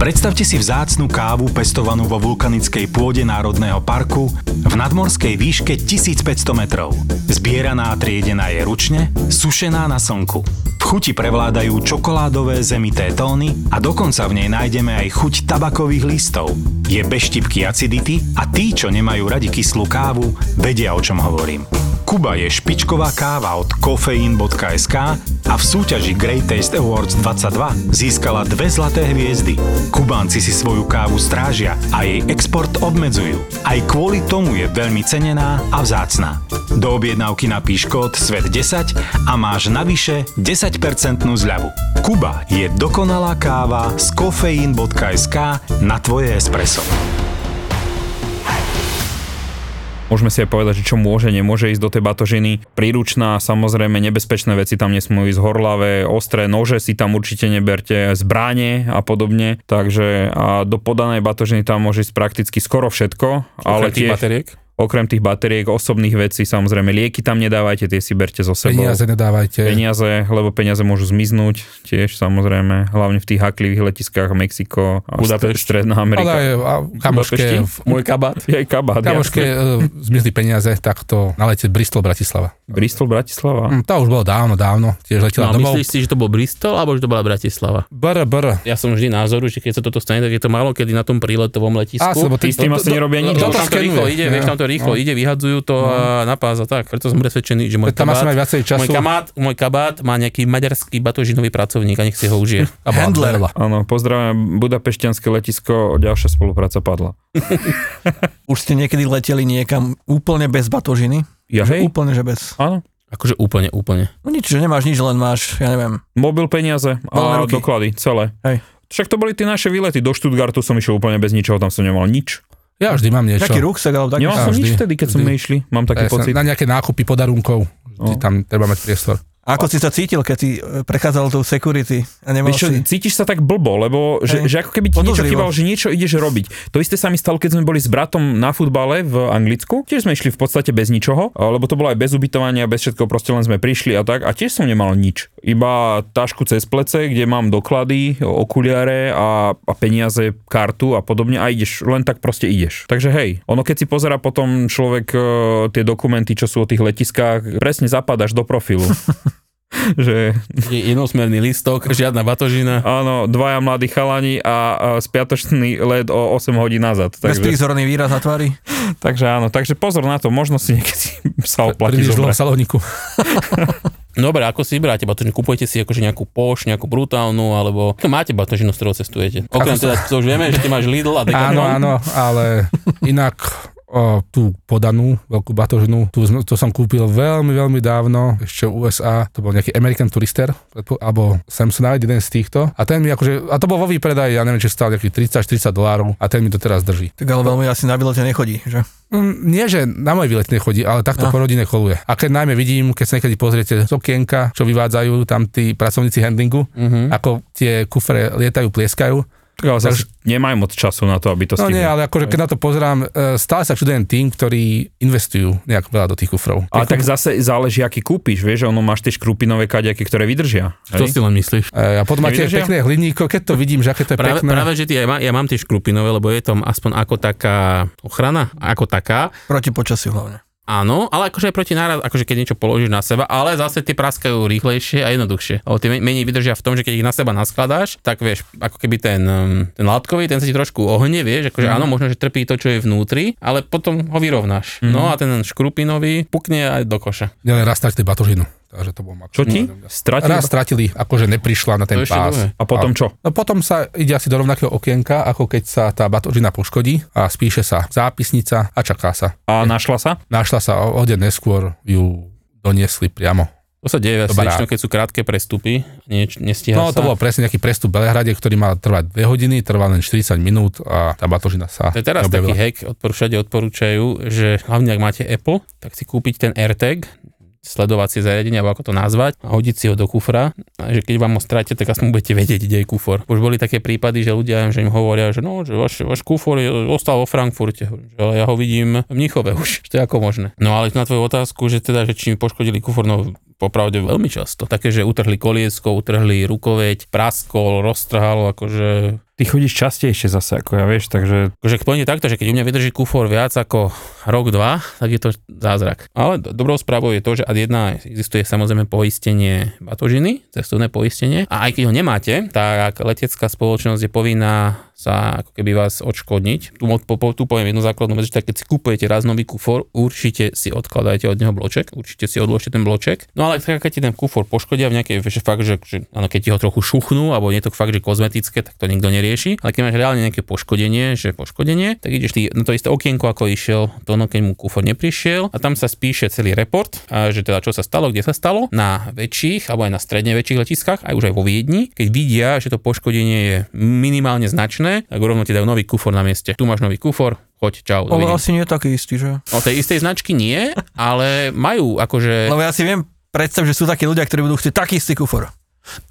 S4: Predstavte si vzácnu kávu pestovanú vo vulkanickej pôde Národného parku v nadmorskej výške 1500 metrov. Zbieraná a triedená je ručne, sušená na slnku. V chuti prevládajú čokoládové zemité tóny a dokonca v nej nájdeme aj chuť tabakových listov. Je bez štipky acidity a tí, čo nemajú radi kyslú kávu, vedia o čom hovorím. Kuba je špičková káva od kofeín.sk a v súťaži Great Taste Awards 22 získala dve zlaté hviezdy. Kubánci si svoju kávu strážia a jej export obmedzujú. Aj kvôli tomu je veľmi cenená a vzácná. Do objednávky napíš kód SVET10 a máš navyše 10% zľavu. Kuba je dokonalá káva z kofeín.sk na tvoje espresso.
S3: Môžeme si aj povedať, že čo môže, nemôže ísť do tej batožiny. Príručná, samozrejme, nebezpečné veci tam nesmú ísť horlavé, ostré nože si tam určite neberte, zbranie a podobne. Takže a do podanej batožiny tam môže ísť prakticky skoro všetko, ale
S8: Ale tých
S3: tiež,
S8: bateriek?
S3: okrem tých bateriek, osobných vecí, samozrejme, lieky tam nedávajte, tie si berte so sebou.
S2: Peniaze nedávajte.
S3: Peniaze, lebo peniaze môžu zmiznúť tiež samozrejme, hlavne v tých haklivých letiskách Mexiko a
S8: Budapešť.
S3: Budapešť. Stredná
S2: Ale aj
S3: Amerika.
S2: a kamoške,
S3: Budapešti?
S2: v-
S8: Môj kabát.
S3: Je aj kabát.
S2: kamoške
S3: jasne.
S2: e, zmizli peniaze, tak to na lete Bristol, Bratislava.
S3: Bristol, Bratislava.
S2: Hm, To už bolo dávno, dávno, tiež letela
S8: No, a
S2: domov.
S8: myslíš si, že to bol Bristol, alebo že to bola Bratislava?
S2: Br, br.
S8: Ja som vždy názoru, že keď sa toto stane, tak je to málo kedy na tom príletovom
S2: Á,
S8: letisku.
S2: lebo ty-
S3: s tým
S2: do-
S3: asi
S2: do-
S3: nerobia nič.
S2: do-
S8: Lebo
S2: to
S8: tam to
S2: skenuje.
S8: rýchlo ide,
S2: Ja.
S8: vieš, tam to
S2: No.
S8: rýchlo ide, vyhadzujú to a napáza tak. Preto som presvedčený, že môj
S2: Tam asi mať
S8: kabát,
S2: viacej času.
S8: môj, kabát, môj kabát má nejaký maďarský batožinový pracovník a nech si ho užije.
S2: A bola
S7: Handler.
S2: veľa.
S3: Áno, pozdravím Budapešťanské letisko, ďalšia spolupráca padla.
S7: Už ste niekedy leteli niekam úplne bez batožiny?
S3: Ja
S7: Že
S3: hej?
S7: úplne, že bez.
S3: Áno.
S8: Akože úplne, úplne.
S7: No nič, že nemáš nič, len máš, ja neviem.
S3: Mobil, peniaze
S7: Voľné
S3: a
S7: ruky.
S3: doklady, celé.
S7: Hej.
S3: Však to boli tie naše výlety. Do Stuttgartu som išiel úplne bez ničoho, tam som nemal nič.
S2: Ja vždy mám niečo.
S7: Taký ruksak, alebo taký...
S3: Nemal som
S2: vždy,
S3: nič vtedy, keď
S2: vždy.
S3: sme išli. Mám
S2: Ja
S3: taký
S2: som-
S3: pocit.
S2: Na nejaké nákupy podarunkov. Vždy
S3: No.
S2: Tam treba mať priestor.
S7: A ako si sa cítil, keď si e, prechádzal tou security a nemal
S3: Vieš čo,
S7: si...
S3: cítiš sa tak blbo, lebo že,
S7: Hej.
S3: že ako keby ti niečo
S7: Podozrivo.
S3: chýbalo, že niečo ideš robiť. To isté sa mi stalo, keď sme boli s bratom na futbale v Anglicku. Tiež sme išli v podstate bez ničoho, lebo to bolo aj bez ubytovania, bez všetko, proste len sme prišli a tak. A tiež som nemal nič. Iba tašku cez plece, kde mám doklady, okuliare a, a peniaze, kartu a podobne a ideš, len tak proste ideš. Takže hej, ono keď si pozera potom človek e, tie dokumenty, čo sú o tých letiskách, presne zapadaš do profilu. že
S8: Je jednosmerný listok, žiadna batožina.
S3: áno, dvaja mladí chalani a, a spiatočný led o 8 hodín nazad. Takže,
S7: Bezprízorný výraz na tvári.
S3: takže áno, takže pozor na to, možno si niekedy (laughs) sa oplatí
S2: Príliš dlho v
S3: zobrať.
S2: salóniku.
S8: Dobre, ako si vyberáte batožinu? Kupujete si akože nejakú poš, nejakú brutálnu, alebo no, máte batožinu, s ktorou cestujete. Okrem
S2: Ako sa-
S8: teda, to už vieme, že ty máš Lidl a Decathlon.
S2: Áno, áno, ale inak o, tú podanú veľkú batožinu, tú, sme- to som kúpil veľmi, veľmi dávno, ešte v USA, to bol nejaký American Tourister, predpo- alebo Samsung Night, jeden z týchto. A ten mi akože, a to bol vo výpredaji, ja neviem, či stál nejakých 30-40 dolárov a ten mi to teraz drží.
S7: Tak ale veľmi asi na výlete nechodí, že?
S2: Mm, nie, že na môj výlet nechodí, ale takto
S7: No.
S2: po rodine koluje. A keď najmä vidím, keď sa niekedy pozriete z okienka, čo vyvádzajú tam tí pracovníci handlingu,
S8: Mhm.
S2: ako tie kufre lietajú, plieskajú,
S3: Tak ale zase nemajú moc času na to, aby to
S2: No nie,
S3: stihli.
S2: ale akože keď na to pozerám, e, stále sa čudujem tým, ktorí investujú nejak veľa do tých kufrov.
S3: Ale tak zase záleží, aký kúpiš, vieš, že ono máš tie škrupinové kaďaky, ktoré vydržia.
S8: To
S3: hej?
S8: si len
S2: E,
S8: myslíš?
S2: A potom máte
S3: Nevydržia?
S2: pekné hliníko, keď to vidím, že aké to je
S8: Práve,
S2: pekné.
S8: práve, že tie, ja, má, ja mám tie škrupinové, lebo je tam aspoň ako taká ochrana, ako taká.
S7: Proti počasiu hlavne.
S8: Áno, ale akože aj proti náraz, akože keď niečo položíš na seba, ale zase tie praskajú rýchlejšie a jednoduchšie. Lebo tie men- menej vydržia v tom, že keď ich na seba naskladáš, tak vieš, ako keby ten, um, ten látkový, ten sa ti trošku ohne, vieš, akože áno, možno, že trpí to, čo je vnútri, ale potom ho vyrovnáš. No a ten škrupinový pukne aj do koša.
S2: Nielen raz stratili batožinu. Takže to bol max.
S3: Čo ti?
S2: Raz
S3: Stratil?
S2: stratili, akože neprišla na ten
S8: To ešte druhé.
S2: pás.
S3: A potom čo?
S2: No potom sa ide asi do rovnakého okienka, ako keď sa tá batožina poškodí a spíše sa zápisnica a čaká sa.
S3: A našla sa?
S2: Našla sa o, o deň neskôr, ju doniesli priamo.
S8: To sa deje asi
S2: Dobrá.
S8: väčšinou, keď sú krátke prestupy, nieč, nestíha
S2: No to
S8: sa.
S2: bol presne nejaký prestup v Belehrade, ktorý mal trvať 2 hodiny, trval len 40 minút a tá batožina sa
S8: To je teraz
S2: objavila.
S8: taký hack, odpor, všade odporúčajú, že hlavne ak máte Apple, tak si kúpiť ten AirTag, sledovacie zariadenie, alebo ako to nazvať, a hodiť si ho do kufra, a že keď vám ho stráte, tak aspoň budete vedieť, kde je kufor. Už boli také prípady, že ľudia že im hovoria, že no, že váš, váš kufor je, ostal vo Frankfurte, Hovorím, že ale ja ho vidím v Mnichove už, (laughs) že to je ako možné. No ale na tvoju otázku, že teda, že či mi poškodili kufor, no popravde veľmi často. Také, že utrhli koliesko, utrhli rukoveď, praskol, roztrhalo, akože
S3: Ty chodíš častejšie zase ako ja, vieš, takže
S8: Akože poviem takto, že keď u mňa vydrží kufor viac ako rok, dva, tak je to zázrak. Ale do- dobrou správou je to, že ad jedna existuje samozrejme poistenie batožiny, cestovné poistenie. A aj keď ho nemáte, tak letecká spoločnosť je povinná sa ako keby vás odškodniť. Tu, mo- po, po, tu poviem jednu základnú vec, že tak keď si kupujete raz nový kufor, určite si odkladajte od neho bloček, určite si odložte ten bloček. No ale tak, keď ti ten kufor poškodia v nejakej, že fakt, že, že áno, keď ti ho trochu šuchnú, alebo nie je to fakt, že kozmetické, tak to nikto nerieši. Ale keď máš reálne nejaké poškodenie, že poškodenie, tak ideš ty na to isté okienko, ako išiel Tono, keď mu kufor neprišiel a tam sa spíše celý report, a že teda čo sa stalo, kde sa stalo, na väčších alebo aj na stredne väčších letiskách, aj už aj vo Viedni, keď vidia, že to poškodenie je minimálne značné, tak rovno ti dajú nový kufor na mieste. Tu máš nový kufor, choď, čau,
S7: Ale
S8: dovidenia.
S7: No, asi nie je taký istý, že?
S8: O tej istej značky nie, ale majú akože...
S7: Lebo No, ja si viem predstav, že sú takí ľudia, ktorí budú chcieť taký istý kufor.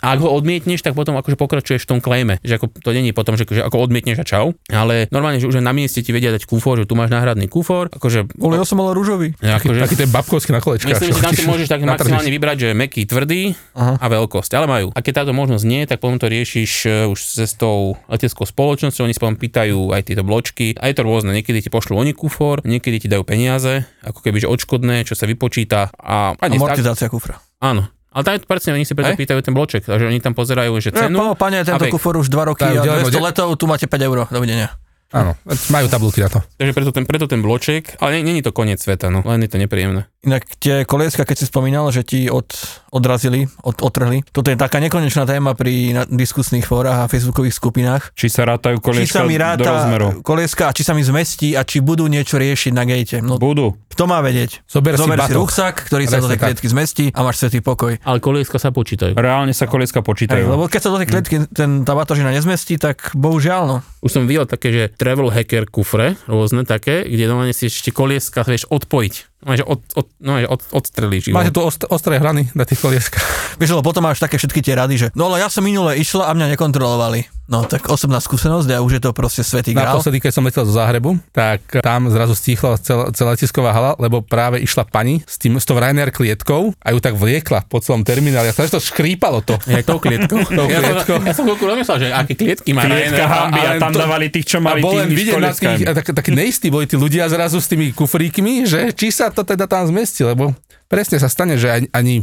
S8: A ak ho odmietneš, tak potom akože pokračuješ v tom klejme. Že ako to není potom, že, že ako odmietneš a čau. Ale normálne, že už aj na mieste ti vedia dať kufor, že tu máš náhradný kufor. Akože,
S7: Bol ja som mal rúžový.
S8: akože
S2: Taký ten babkovský na kolečkách.
S8: Myslím,
S2: čo
S8: že tam si
S2: chodíš
S8: môžeš tak
S2: na tržiš.
S8: maximálne vybrať, že meký, tvrdý
S7: Aha.
S8: a veľkosť, ale majú. A keď táto možnosť nie, tak potom to riešiš e, už s tou leteckou spoločnosťou, oni si potom pýtajú aj tieto bločky a je to rôzne. Niekedy ti pošlú oni kufor, niekedy ti dajú peniaze, ako keby že odškodné, čo sa vypočíta a, a nie, tak,
S7: Amortizácia kufra.
S8: áno. Ale tam je to presne, oni si preto
S7: Hej.
S8: pýtajú ten bloček, takže oni tam pozerajú, že
S7: Ja,
S8: cenu.
S7: No, pán- pane, tento
S8: vek.
S7: kufor už 2 roky
S2: Tak,
S7: a
S2: ďalej
S7: 200
S2: bude.
S7: letov, tu máte 5 eur. Dovidenia.
S2: Áno, majú tabulky na to.
S8: Takže preto ten, preto ten bloček, ale nie- není to koniec sveta, no, len je to nepríjemné.
S7: Inak tie kolieska, keď si spomínal, že ti od, odrazili, od, otrhli. Toto je taká nekonečná téma pri na, diskusných fórach a facebookových skupinách.
S3: či sa rátajú
S7: Či
S3: kolieska
S7: sa
S3: do
S7: mi ráta
S3: rozmerov.
S7: kolieska a či sa mi zmestí a či budú niečo riešiť na gate. No,
S3: Budú.
S7: kto má vedieť?
S2: Zober, si
S7: Zober si
S2: batoh.
S7: ruksak, ktorý sa do
S2: Presne
S7: tej
S2: tak.
S7: klietky zmestí a máš svetý pokoj.
S8: Ale kolieska sa počítajú.
S3: Reálne sa kolieska
S7: Hej,
S2: no.
S3: počítajú.
S7: lebo keď sa do tej klietky ten, tá batožina nezmestí, tak bohužiaľ no.
S8: Už som videl také, že travel hacker kufre, rôzne také, kde normálne si ešte kolieska vieš odpojiť. No, že od, od, no, že od, odstrelíš. ju.
S2: Máte tu ost- ostré hrany na tých kolieskách.
S7: Vieš, lebo potom máš také všetky tie rady, že no ale ja som minule išla a mňa nekontrolovali. No tak osobná skúsenosť a už je to proste svetý grál.
S2: Naposledy, keď som letel do Záhrebu, tak tam zrazu stíchla cel- celá letisková hala, lebo práve išla pani s, tým, s tou Ryanair klietkou a ju tak vliekla po celom termináli. A sa to škrípalo to.
S8: Aj tou klietkou.
S2: (laughs) Tou
S8: ja,
S2: klietkou.
S8: Som, ja som chvíľku rozmyslel, že aké klietky má.
S3: Klietka
S8: Ryanair.
S3: hamby a
S2: ale
S3: tam
S2: to-
S3: dávali tých, čo
S2: A
S3: mali
S2: bol
S3: tých
S2: len
S3: s
S2: vidieť na tých,
S3: kolieskami.
S2: a tak, taký neistý boli tí ľudia zrazu s tými kufríkmi, že či sa to teda tam zmestí, lebo presne sa stane, že ani, ani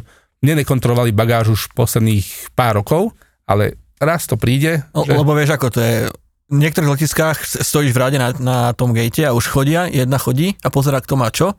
S2: nenekontrolovali bagáž už posledných pár rokov, ale raz to príde,
S7: No,
S2: že
S7: lebo vieš, ako to je, v niektorých letiskách stojíš v rade na, na tom gate a už chodia, jedna chodí a pozera, kto má čo,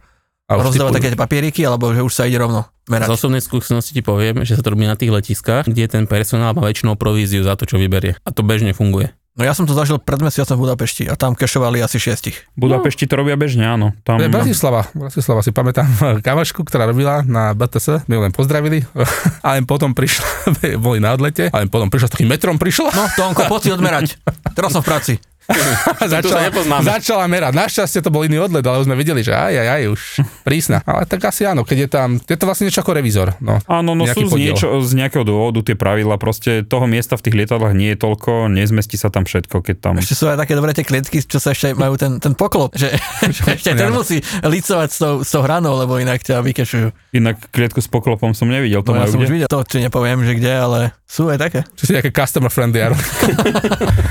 S2: a už
S7: rozdáva
S2: typujú.
S7: také tie papieriky, alebo že už sa ide rovno
S8: Z
S7: merať.
S8: osobnej skúsenosti ti poviem, že sa to robí na tých letiskách, kde ten personál má väčšinou províziu za to, čo vyberie. A to bežne funguje.
S7: No ja som to zažil pred mesiacom v Budapešti a tam kešovali asi šiestich.
S3: V Budapešti to robia bežne, áno. Tam,
S2: To je Bratislava. Bratislava si pamätám (laughs) kamašku, ktorá robila na BTS, my ju len pozdravili, (laughs) a len potom prišla, (laughs) boli na odlete, a len potom prišla s takým metrom prišla
S7: No, Tonko, poď si odmerať. Teraz som v práci.
S8: (laughs)
S2: a začala, začala merať. Našťastie to bol iný odlet, ale už sme videli, že aj, aj, aj, už prísna. Ale tak asi áno, keď je tam, je to vlastne niečo ako revizor. No.
S3: Áno, no
S2: Nejaký
S3: sú z,
S2: podiel.
S3: niečo, z nejakého dôvodu tie pravidla, proste toho miesta v tých lietadlách nie je toľko, nezmestí sa tam všetko, keď tam...
S7: Ešte sú aj také dobré tie klietky, čo sa ešte aj majú ten, ten poklop,
S3: (laughs)
S7: že, že ešte aj ten musí licovať s tou, s tou hranou, lebo inak ťa vykešujú.
S3: Inak klietku s poklopom som nevidel, to
S7: No, ja
S3: majú
S7: som už
S3: kde?
S7: videl to, či nepoviem, že kde, ale sú aj také.
S2: Čo si nejaké customer friendly (laughs)
S3: (laughs)
S2: aerobiky.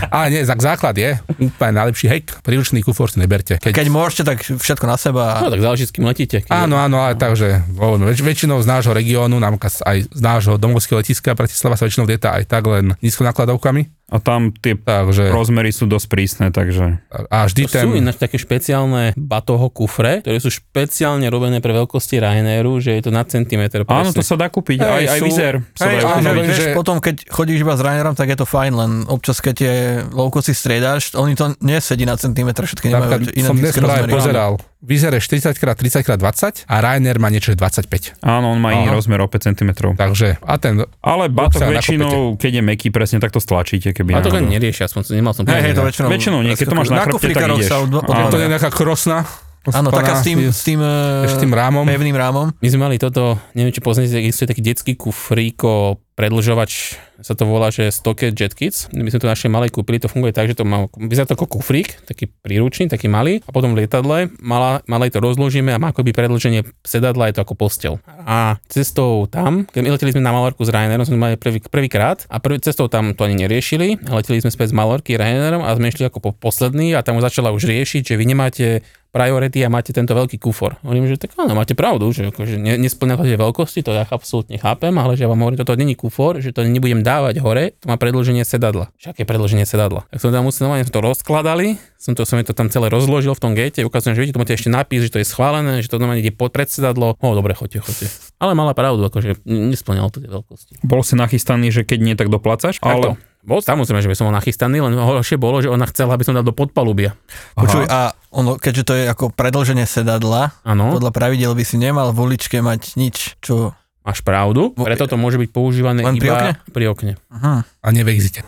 S2: Ale nie, tak základ je úplne najlepší hack. Príručný kufor si neberte. Keď,
S7: Keď môžete, tak všetko na seba. a-
S8: No tak záleží, s kým letíte. Keď
S2: Áno, áno, ale takže hovorím, väč- väčšinou z nášho regiónu, napríklad aj z nášho domovského letiska Bratislava sa väčšinou lieta aj tak len nízko nakladovkami.
S3: A tam tie
S2: Takže
S3: rozmery sú dosť prísne, takže...
S2: a vždy
S8: To
S2: ten...
S8: sú ináč také špeciálne batoho kufre, ktoré sú špeciálne robené pre veľkosti Ryanairu, že je to na centimetr
S3: Áno, to
S8: presne.
S3: sa dá kúpiť,
S2: Hej,
S3: aj, aj
S2: sú-
S3: vizer sa
S2: hej, áno,
S3: dá
S7: Áno,
S2: len,
S7: že, vieš,
S2: že-
S7: potom, keď chodíš iba s Rainerom, tak je to fajn, len občas, keď tie lovko si striedáš, oni to nesedí na centimetr, všetky
S2: Napríklad
S7: nemajú iné
S2: som dnes práve
S7: rozmery.
S2: pozeral, vyzerá 40x30x20 a Rainer má niečo 25.
S3: Áno, on má iný
S2: Aha.
S3: rozmer o 5 cm.
S2: Takže, a ten,
S3: Ale
S2: sa
S3: batok
S2: nakopete.
S3: väčšinou, keď je meký, presne tak to stlačíte, keby
S8: A to
S3: náhodou.
S8: len nerieši, aspoň som- nemal som
S7: Hej, hej, to
S8: povedať.
S7: väčšinou.
S3: Väčšinou nie, keď to máš na chrbte, tak
S7: kufrikároch
S3: ideš.
S7: sa odba-
S3: Áno,
S2: a to je
S7: odbláda.
S2: nejaká krosna.
S7: Áno, taká s tým, s tým, e,
S2: ešte tým rámom.
S8: eh,
S7: pevným rámom.
S8: My sme mali toto, neviem či poznáte, existuje taký detský kufríko, predlžovač, sa to volá, že Stocket Jetkits. My sme to našej malej kúpili, to funguje tak, že to má, vyzerá to ako kufrík, taký príručný, taký malý, a potom v lietadle, malá, malej to rozložíme a má akoby predlženie sedadla, je to ako postel. A cestou tam, keď my leteli sme na Malorku s Ryanairom, sme mali prvý, prvýkrát a prvý, cestou tam to ani neriešili, a leteli sme späť z Malorky Ryanairom a sme išli ako po posledný a tam už začala už riešiť, že vy nemáte priority a máte tento veľký kufor. Hovorím, že tak áno, máte pravdu, že akože ne, nesplňate veľkosti, to ja absolútne chápem, ale že ja vám hovorím, toto není kufor, že to nebudem dávať hore, to má predlženie sedadla. Však je predlženie sedadla. Tak som tam musel, normálne sme to rozkladali, som to, som to tam celé rozložil v tom gate, ukazujem, že vidíte, tu máte ešte nápis, že to je schválené, že to normálne ide pod predsedadlo. O, dobre, chodte, chodte. Ale mala pravdu, akože n- nesplňalo to tie veľkosti.
S3: Bol si nachystaný, že keď nie, tak doplacaš, ale...
S8: Ale... Bol samozrejme, že by som bol nachystaný, len horšie bolo, že ona chcela, aby som dal do podpalubia.
S7: Počuj, a ono, keďže to je ako predlženie sedadla,
S10: Hm?
S8: Áno,
S7: podľa pravidel by si nemal v uličke mať nič, čo...
S8: máš pravdu,
S7: Vo-
S8: preto to môže byť používané
S7: Len
S8: iba
S7: pri okne?
S8: pri okne.
S7: Aha.
S2: A nie v exite.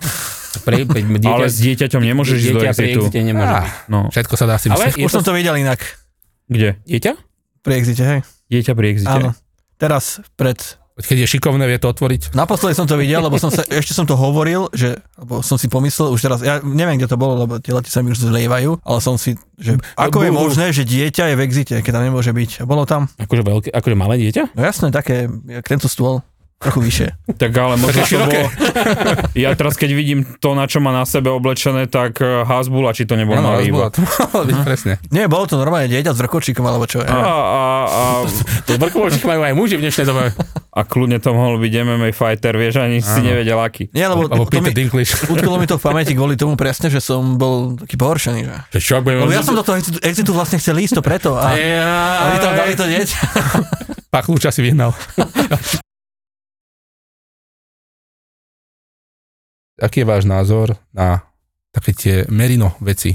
S8: Pre, pre, dieťa,
S3: Ale s dieťaťom nemôžeš ísť do
S8: dieťa pri
S3: exitu.
S8: exite
S2: Á,
S8: nemôže byť.
S3: No,
S2: všetko sa dá si
S8: Ale
S2: myslieť.
S8: je
S7: Už
S8: to
S7: som to videl inak
S3: kde?
S8: dieťa?
S7: pri exite, hej?
S3: Dieťa pri exite.
S7: Áno. Teraz pred
S2: Keď je šikovné, vie to otvoriť.
S7: Naposledy som to videl, lebo som sa, ešte som to hovoril, že, lebo som si pomyslel už teraz, ja neviem, kde to bolo, lebo tie lety sa mi už zlievajú, ale som si, že ako je
S8: Budú.
S7: možné, že dieťa je v exite, keď tam nemôže byť. A bolo tam,
S8: Akože, veľké, akože malé dieťa?
S7: no jasné, také, jak tento stôl, trochu vyššie.
S3: Tak ale možno to bolo... (laughs) Ja teraz keď vidím to, na čo má na sebe oblečené, tak eh, Hasbula, či to nebol
S2: Áno,
S3: malý
S2: rozbola,
S3: iba.
S2: to malo (laughs) byť presne.
S7: Nie, bolo to normálne dieťa s vrkočikom, alebo čo je.
S3: A, a, a,
S8: To vrkovočky majú aj muži v dnešnej dobe.
S3: a kľudne to mohol byť MMA fighter, vieš, ani si nevedel aký.
S7: Nie, lebo
S2: Alebo
S7: to
S2: Peter
S7: mi,
S2: Dinklage.
S7: utkolo mi to v pamäti kvôli tomu presne, že som bol taký pohoršený. Že.
S8: Že čo, ak budeme...
S7: Lebo ja som do toho exitu- exitu vlastne chcel ísť to preto. A, a oni tam dali to dieťa.
S2: Pachluča si vyhnal. (laughs) Aký je váš názor na také tie merino veci?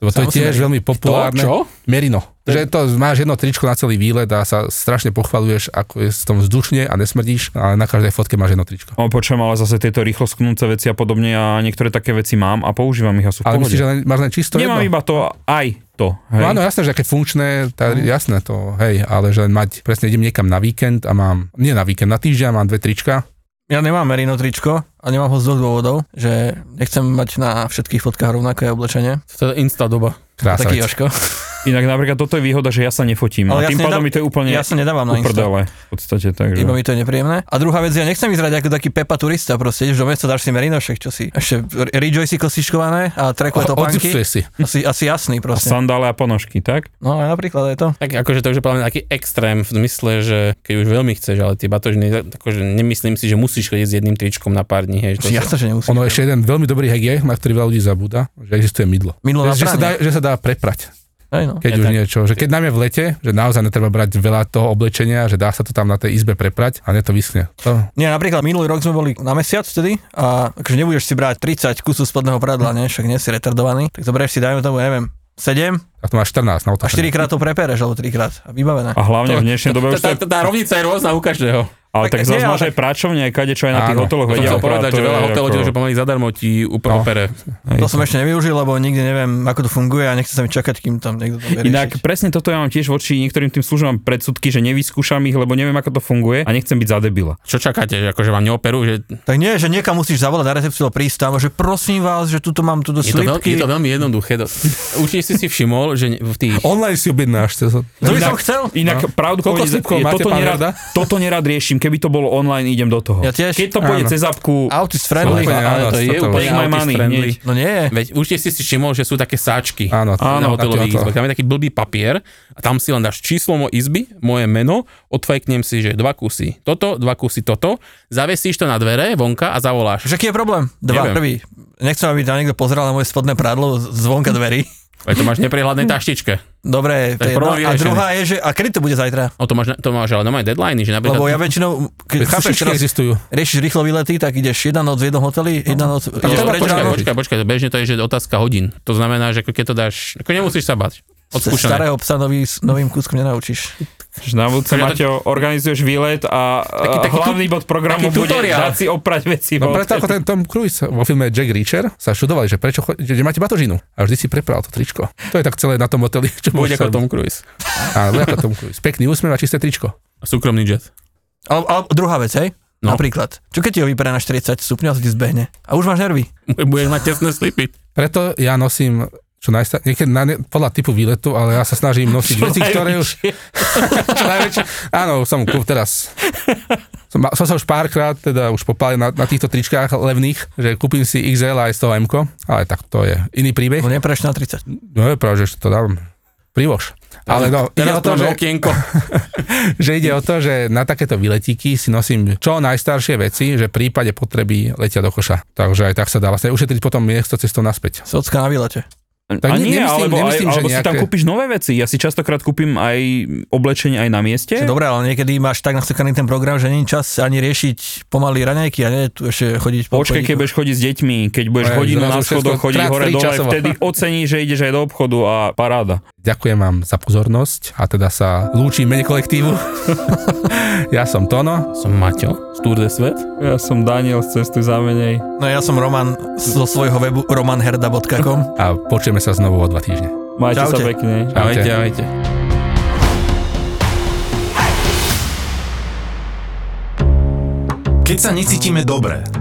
S2: Lebo to je
S7: Samozrejme.
S2: tiež veľmi
S8: to,
S2: populárne.
S8: čo?
S2: Merino. Že to máš jedno tričko na celý výlet a sa strašne pochvaluješ, ako je v tom vzdušne a nesmrdíš, ale na každej fotke máš jedno tričko.
S3: O, No, počujem, ale zase tieto rýchlo sknúce veci a podobne a niektoré také veci mám a používam ich a sú v
S2: Ale
S3: pohode.
S2: myslíš, že len- máš len čisto
S3: Nemám
S2: jedno?
S3: iba to, aj to. Hej.
S2: No áno, jasné, že také funkčné, tá, jasné to, hej, ale že len mať, presne idem niekam na víkend a mám, nie na víkend, na týždeň a mám dve trička,
S7: Ja nemám merino tričko a nemám ho z dvoch dôvodov, že nechcem mať na všetkých fotkách rovnaké oblečenie.
S8: To je insta doba.
S7: No, Taký
S2: krásavec.
S7: Joško.
S3: Inak napríklad toto je výhoda, že ja sa nefotím.
S7: Ale
S3: Ale No, a
S7: ja
S3: tým
S7: si
S3: pádom
S7: nedám-
S3: mi to je úplne
S7: ja sa nedávam
S2: no,
S7: na
S3: u
S7: Insta.
S3: prdele. V podstate, takže...
S7: Iba mi to je nepríjemné. A druhá vec, ja nechcem vyzerať ako taký Pepa turista, proste ideš do mesta, dáš si merinošek, čo si, ešte r- rejoicy kosičkované a trekové topánky.
S2: Odzipsuje si.
S7: Asi, asi jasný
S3: A
S7: proste.
S3: sandále a ponožky, tak?
S7: No aj napríklad je to.
S8: Tak akože to už je podľa mňa taký extrém v zmysle, že keď už veľmi chceš, ale tie batožiny, akože nemyslím si, že musíš chodiť s jedným tričkom na pár dní, hej, že to
S7: Jasné, že nemusím.
S2: Ono ešte jeden veľmi dobrý hack je, na ktorý veľa ľudí zabúda, že existuje mydlo.
S7: Mydlo na
S2: že, že, sa
S7: pranie.
S2: dá, že sa dá preprať,
S7: Hej, no.
S2: keď
S8: No, Je
S2: už
S8: tak.
S2: niečo. Že keď nám je v lete, že naozaj netreba brať veľa toho oblečenia, že dá sa to tam na tej izbe preprať a ne to vyschne. To,
S7: Nie, napríklad minulý rok sme boli na mesiac vtedy a akože nebudeš si brať 30 kusov spodného pradla, ne, však nie si retardovaný, tak zoberieš si, dajme tomu, neviem, 7
S2: a to máš 14 na
S7: a 4
S2: otočenie.
S7: krát to prepereš, alebo 3 krát a vybavené.
S3: A hlavne v dnešnej dobe už to
S8: Tá,
S3: je...
S8: tá, tá rovnica je rôzna u každého.
S3: Ale tak
S7: tak nie,
S3: zase
S7: ale
S3: máš aj práčovne, aj kadečo aj na tých
S2: Áno,
S3: hoteloch.
S8: To som
S3: vedia
S8: chcel
S3: operovať,
S8: povedať,
S3: to
S8: že
S3: je
S8: veľa hotelov
S3: ako-
S8: ti už pomaly zadarmo ti upropere.
S2: No.
S7: To som ešte nevyužil, lebo nikdy neviem, ako to funguje a nechce sa mi čakať, kým tam niekto to bude
S3: Inak
S7: riešiť.
S3: presne toto ja mám tiež voči niektorým tým službám predsudky, že nevyskúšam ich, lebo neviem, ako to funguje a nechcem byť za debila.
S8: Čo čakáte, že akože vám neoperujú, že
S7: Tak nie, že niekam musíš zavolať na recepciu, ale prísť tam, že prosím vás, že tuto mám tuto
S8: je to, veľ, je
S7: slipky.
S8: to veľmi jednoduché. Do- Určite si si všimol, že ne- v tých...
S2: Online si objednáš. To, som-
S7: To by som chcel.
S3: Inak no. pravdu
S2: Koľko
S3: povedať,
S2: slipkov
S3: je-
S2: máte,
S3: toto,
S2: pán
S3: nerad,
S2: Jarda?
S3: toto nerad riešim, keby to bolo online, idem do toho.
S7: Ja tiež.
S3: Keď to pôjde
S2: Áno.
S3: cez apku,
S7: Autist
S8: Ale,
S7: friendly.
S2: Úplne
S8: ale
S2: áno,
S8: to je
S2: toto-
S8: úplne
S3: Take my
S8: autist
S3: money,
S8: friendly.
S7: No nie.
S8: Veď určite si si všimol, že sú také sáčky.
S2: Áno,
S8: na
S2: áno, taký
S8: hotelových izbách.
S2: hotel.
S8: Tam je taký blbý papier a tam si len dáš číslo mojej izby, moje meno, odfajknem si, že dva kusy toto, dva kusy toto, zavesíš to na dvere vonka a zavoláš.
S7: Že aký je problém? Dva,
S8: Neviem.
S7: prvý. Nechcem, aby tam niekto pozeral na moje spodné prádlo z- zvonka dverí.
S8: Veď to máš v neprehľadnej taštičke.
S7: Dobre, to
S8: Tak
S7: je jedno.
S8: problém
S7: A
S8: vyriešený.
S7: druhá je, že a kedy to bude zajtra?
S8: No to máš, to máš ale normálne deadliny, že napríklad...
S7: Lebo ja väčšinou, keď
S2: Veď
S7: chápeš,
S2: sušičky
S7: teraz
S2: existujú.
S7: riešiš rýchlo výlety, tak ideš jedna noc v jednom hoteli, jedna noc,
S8: to,
S7: ideš preč
S8: počkaj,
S7: ráno.
S8: počkaj, počkaj, to bežne to je, že otázka hodín. To znamená, že ako keď to dáš, ako nemusíš sa bať. Odskúšané.
S7: Starého psa nový, s novým kúskom nenaučíš.
S3: že na budúce,
S8: Takže to-
S3: Maťo, organizuješ výlet a
S8: Taký-
S3: a
S8: taký tu-
S3: hlavný bod programu
S8: taký
S3: bude
S8: tutoriál.
S3: dať si oprať veci.
S2: No
S3: v
S2: preto ako
S3: hoteli.
S2: ten Tom Cruise vo filme Jack Reacher sa študovali, že prečo cho- že, že máte batožinu a vždy si prepral to tričko. To je tak celé na tom hoteli, čo
S8: Buď
S2: môžeš
S8: ako
S2: robiť.
S8: Tom Cruise.
S2: Áno, bude ako Tom Cruise. Pekný úsmev a čisté tričko.
S8: Súkromný jet.
S7: Ale, ale druhá vec, hej?
S8: No.
S7: No. Napríklad. Čo keď ti ho vypere na 40 stupňov a sa ti zbehne? A už máš nervy.
S8: Budeš mať tesné slipy.
S2: Preto ja nosím čo najsta- niekedy na ne- podľa typu výletu, ale ja sa (laughs) snažím nosiť veci, ktoré už... (laughs) čo najväčšie. Áno, som kúp teraz. Som, ma- som sa už párkrát teda už popálil na, na týchto tričkách levných, že kúpim si XL aj z toho M, ale tak to je iný príbeh.
S7: No nepreš na 30.
S2: No je pravda, že to dám. Privož. Ale no, ide o to, že,
S8: okienko.
S2: (laughs) že ide o to, že na takéto vyletíky si nosím čo najstaršie veci, že v prípade potreby letia do koša. Takže aj tak sa dá vlastne ušetriť potom miesto cestou naspäť.
S7: Socka na výlete.
S2: Tak
S3: a
S2: nie-
S3: nie,
S2: nemyslím-
S3: alebo,
S2: nemyslím,
S3: aj,
S2: že
S3: alebo si tam
S2: nejaké-
S3: kúpiš nové veci. Ja si častokrát kúpim aj oblečenie aj na mieste.
S7: Čo Dobre, ale niekedy máš tak nasekaný ten program, že není čas ani riešiť pomaly raňajky a nie tu ešte chodiť po
S3: Počkaj, keď
S7: chodníku.
S3: budeš chodiť s deťmi, keď budeš
S2: Aj,
S3: hodinu
S2: zrazu
S3: na schodoch
S2: všetko
S3: chodiť
S2: track
S3: hore
S2: free
S3: dole,
S2: časovo.
S3: vtedy ocení, že ideš aj do obchodu a paráda.
S2: Ďakujem vám za pozornosť a teda sa lúčim mene kolektívu. (laughs) ja som Tono.
S8: Som Maťo z Tour de Svet.
S3: Ja som Daniel z Cestuj za menej.
S7: No ja som Roman zo svojho webu romanherda.com.
S2: a počujeme sa znovu o dva týždne.
S3: Majte sa
S7: Čaute.
S3: pekne.
S8: Ahojte, ahojte.
S4: Keď sa necítime dobre,